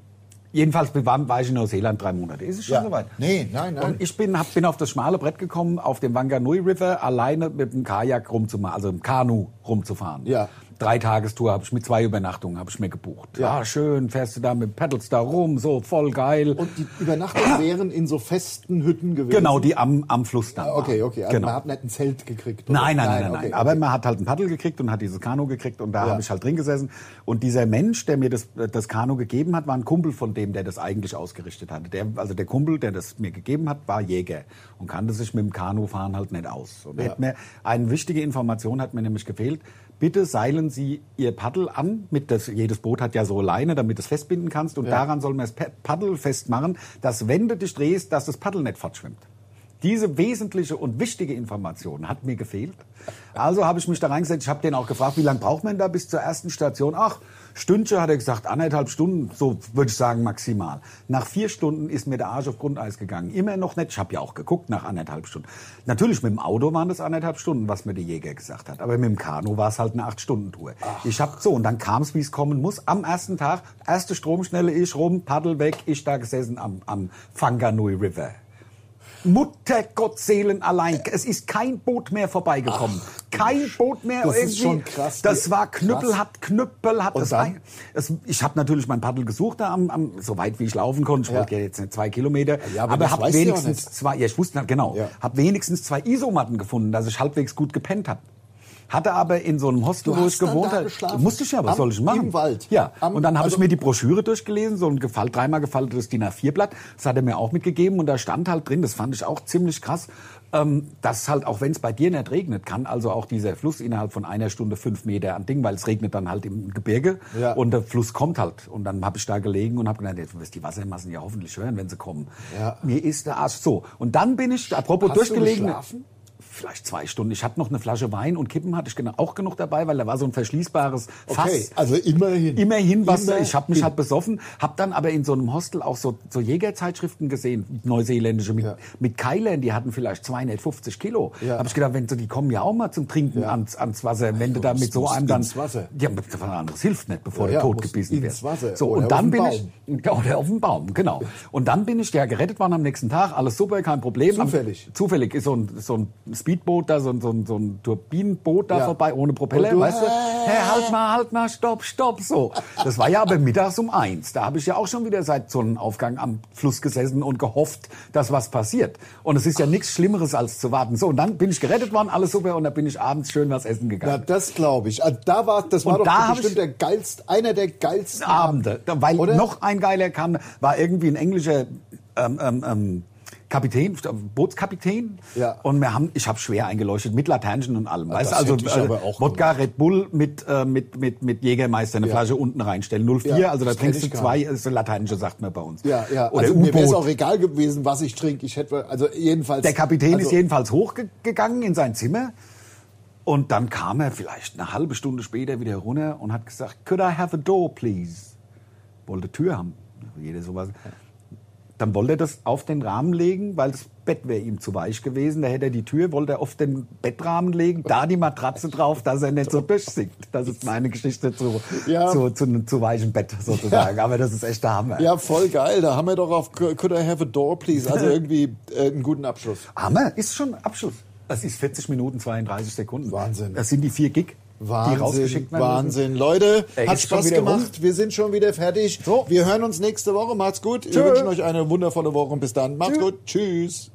Speaker 2: jedenfalls war, war ich in Neuseeland drei Monate. Ist es schon
Speaker 1: Ja.
Speaker 2: soweit?
Speaker 1: Nee, nein, nein.
Speaker 2: Und ich bin, hab, bin auf das schmale Brett gekommen, auf dem Wanganui River alleine mit dem Kajak rumzumachen, also im Kanu rumzufahren.
Speaker 1: Ja.
Speaker 2: Drei Tagestour habe ich mit zwei Übernachtungen habe ich mir gebucht.
Speaker 1: Ja.
Speaker 2: Ja, schön, fährst du da mit Paddles da rum, so voll geil.
Speaker 1: Und die Übernachtungen wären in so festen Hütten gewesen.
Speaker 2: Genau, die am, am Fluss dann.
Speaker 1: Okay, okay. Also
Speaker 2: genau.
Speaker 1: man hat nicht ein Zelt gekriegt. oder?
Speaker 2: Nein, nein, nein, nein. nein.
Speaker 1: okay,
Speaker 2: Aber man hat halt ein Paddel gekriegt und hat dieses Kanu gekriegt und da
Speaker 1: Ja.
Speaker 2: habe ich halt drin gesessen. Und dieser Mensch, der mir das, das Kanu gegeben hat, war ein Kumpel von dem, der das eigentlich ausgerichtet hatte. Der, also der Kumpel, der das mir gegeben hat, war Jäger und kannte sich mit dem Kanufahren halt nicht aus. Und
Speaker 1: Ja.
Speaker 2: hat mir, eine wichtige Information hat mir nämlich gefehlt. Bitte seilen Sie Ihr Paddel an. Mit das, jedes Boot hat ja so Leine, damit du es festbinden kannst. Und
Speaker 1: Ja.
Speaker 2: daran soll man das Pa- Paddel festmachen, dass wenn du dich drehst, dass das Paddel nicht fortschwimmt. Diese wesentliche und wichtige Information hat mir gefehlt. Also habe ich mich da reingesetzt. Ich habe den auch gefragt, wie lange braucht man da bis zur ersten Station? Ach, Stündchen hat er gesagt, anderthalb Stunden, so würde ich sagen maximal. Nach vier Stunden ist mir der Arsch auf Grundeis gegangen. Immer noch nicht. Ich habe ja auch geguckt nach anderthalb Stunden. Natürlich, mit dem Auto waren das anderthalb Stunden, was mir der Jäger gesagt hat. Aber mit dem Kanu war es halt eine acht-Stunden-Tour. Ich habe so, und dann kam es, wie es kommen muss. Am ersten Tag, erste Stromschnelle, ich rum, Paddel weg, ich da gesessen am, am Fanganui River. Muttergottseelen allein. Es ist kein Boot mehr vorbeigekommen. kein Boot mehr.
Speaker 1: Das ist
Speaker 2: irgendwie.
Speaker 1: schon krass.
Speaker 2: Das war Knüppel
Speaker 1: Krass.
Speaker 2: hat Knüppel hat.
Speaker 1: Und
Speaker 2: das
Speaker 1: dann?
Speaker 2: ein- es, ich habe natürlich mein Paddel gesucht, da am, am, so weit wie ich laufen konnte. Ich
Speaker 1: Ja.
Speaker 2: wollte ja jetzt nicht zwei Kilometer,
Speaker 1: Ja, aber
Speaker 2: aber,
Speaker 1: das
Speaker 2: hab
Speaker 1: weißt du ja auch
Speaker 2: wenigstens
Speaker 1: nicht.
Speaker 2: zwei. Ja, ich wusste nicht genau.
Speaker 1: Ja.
Speaker 2: Hab wenigstens zwei Isomatten gefunden, dass ich halbwegs gut gepennt habe. Hatte aber in so einem Hostel,
Speaker 1: Du
Speaker 2: wo
Speaker 1: hast
Speaker 2: ich
Speaker 1: dann
Speaker 2: gewohnt
Speaker 1: da
Speaker 2: habe,
Speaker 1: geschlafen?
Speaker 2: musste ich ja, was
Speaker 1: Am-
Speaker 2: soll ich machen?
Speaker 1: im Wald?
Speaker 2: Ja,
Speaker 1: Am-
Speaker 2: und dann habe
Speaker 1: also-
Speaker 2: ich mir die Broschüre durchgelesen, so ein gefalt, dreimal gefaltetes DIN A4-Blatt. Das hat er mir auch mitgegeben und da stand halt drin, das fand ich auch ziemlich krass, äh, ähm, dass halt auch wenn es bei dir nicht regnet, kann also auch dieser Fluss innerhalb von einer Stunde fünf Meter an Ding, weil es regnet dann halt im Gebirge
Speaker 1: Ja.
Speaker 2: und der Fluss kommt halt. Und dann habe ich da gelegen und habe gedacht, jetzt wirst die Wassermassen ja hoffentlich hören, wenn sie kommen.
Speaker 1: Ja.
Speaker 2: Mir ist der Arsch so. Und dann bin ich, apropos
Speaker 1: Hast du
Speaker 2: durchgelegen.
Speaker 1: geschlafen?
Speaker 2: Vielleicht zwei Stunden. Ich hatte noch eine Flasche Wein und Kippen hatte ich genau- auch genug dabei, weil da war so ein verschließbares Fass.
Speaker 1: Okay, also immerhin.
Speaker 2: Immerhin was,
Speaker 1: Immer-
Speaker 2: ich habe mich halt besoffen, habe dann aber in so einem Hostel auch so, so Jägerzeitschriften gesehen, neuseeländische mit,
Speaker 1: Ja.
Speaker 2: mit Keilern, die hatten vielleicht 250 Kilo.
Speaker 1: Ja.
Speaker 2: Habe ich gedacht, wenn so, die kommen ja auch mal zum Trinken
Speaker 1: Ja.
Speaker 2: ans, ans Wasser, wenn du
Speaker 1: du
Speaker 2: da mit so
Speaker 1: musst
Speaker 2: einem dann
Speaker 1: ins Wasser.
Speaker 2: ja, mit was anderes hilft nicht,
Speaker 1: Ja,
Speaker 2: bevor du
Speaker 1: ja,
Speaker 2: tot
Speaker 1: musst
Speaker 2: gebissen
Speaker 1: ins
Speaker 2: wirst.
Speaker 1: Wasser
Speaker 2: So
Speaker 1: oder
Speaker 2: und
Speaker 1: auf
Speaker 2: dann
Speaker 1: den
Speaker 2: bin
Speaker 1: Baum.
Speaker 2: ich ja, oder auf dem Baum, genau. Und dann bin ich ja gerettet worden am nächsten Tag, alles super, kein Problem. Am-
Speaker 1: Zufällig.
Speaker 2: Zufällig ist so ein, so ein Speedboot da, so ein, so ein, so ein Turbinenboot da
Speaker 1: Ja.
Speaker 2: vorbei ohne Propeller,
Speaker 1: Und du-
Speaker 2: weißt du? Hey, halt mal, halt mal, stopp, stopp, so. Das war ja aber mittags um eins. Da habe ich ja auch schon wieder seit Sonnenaufgang am Fluss gesessen und gehofft, dass was passiert. Und es ist ja nichts Schlimmeres als zu warten. So, und dann bin ich gerettet worden, alles super, und dann bin ich abends schön was essen
Speaker 1: Na,
Speaker 2: gegangen.
Speaker 1: das glaube ich. Also, da war, das war
Speaker 2: Und da
Speaker 1: doch
Speaker 2: hab ich-
Speaker 1: bestimmt der geilste, einer der geilsten
Speaker 2: Abende, Da- äh, weil
Speaker 1: Oder?
Speaker 2: noch ein geiler kam, war irgendwie ein englischer ähm, ähm, ähm, Kapitän, äh, Bootskapitän.
Speaker 1: Ja. Ah,
Speaker 2: Und wir haben, ich habe schwer eingeleuchtet mit Laternchen und allem. weißt
Speaker 1: das
Speaker 2: also
Speaker 1: hätte ich
Speaker 2: äh,
Speaker 1: aber auch
Speaker 2: Wodka, Red Bull mit, äh, mit, mit, mit Jägermeister eine
Speaker 1: Ja.
Speaker 2: Flasche unten reinstellen. 04,
Speaker 1: Ja,
Speaker 2: also da
Speaker 1: das kenn
Speaker 2: trinkst du
Speaker 1: ich gar
Speaker 2: zwei, das ist Lateinische sagt man bei uns.
Speaker 1: Ja, ja.
Speaker 2: Oder
Speaker 1: also mir wäre es auch
Speaker 2: U-Boot.
Speaker 1: egal gewesen, was ich trinke. Ich hätte, also jedenfalls.
Speaker 2: Der Kapitän
Speaker 1: also,
Speaker 2: ist jedenfalls hochgegangen in sein Zimmer. Und dann kam er vielleicht eine halbe Stunde später wieder runter und hat gesagt, could I have a door, please? Wollte Tür haben. Jeder sowas. Dann wollte er das auf den Rahmen legen, weil das Bett wäre ihm zu weich gewesen. Da hätte er die Tür, wollte er auf den Bettrahmen legen, da die Matratze drauf, dass er nicht so durchsinkt. Das ist meine Geschichte zu,
Speaker 1: Ja.
Speaker 2: zu, zu, einem zu weichem Bett sozusagen. Aber das ist echt der Hammer.
Speaker 1: Ja, voll geil. Da haben wir doch auf Could I have a door, please? Also irgendwie äh, einen guten Abschluss.
Speaker 2: Hammer, ist schon Abschluss. Das ist 40 Minuten 32 Sekunden.
Speaker 1: Wahnsinn.
Speaker 2: Das sind die vier Gig, die
Speaker 1: Wahnsinn,
Speaker 2: rausgeschickt werden. müssen.
Speaker 1: Wahnsinn. Leute,
Speaker 2: Ey,
Speaker 1: hat
Speaker 2: ist schon
Speaker 1: Spaß
Speaker 2: wieder
Speaker 1: gemacht. Wir sind schon wieder fertig.
Speaker 2: So.
Speaker 1: Wir hören uns nächste Woche. Macht's gut. Wir
Speaker 2: Tschö.
Speaker 1: wünschen euch eine wundervolle Woche und bis dann. Macht's gut. Tschüss.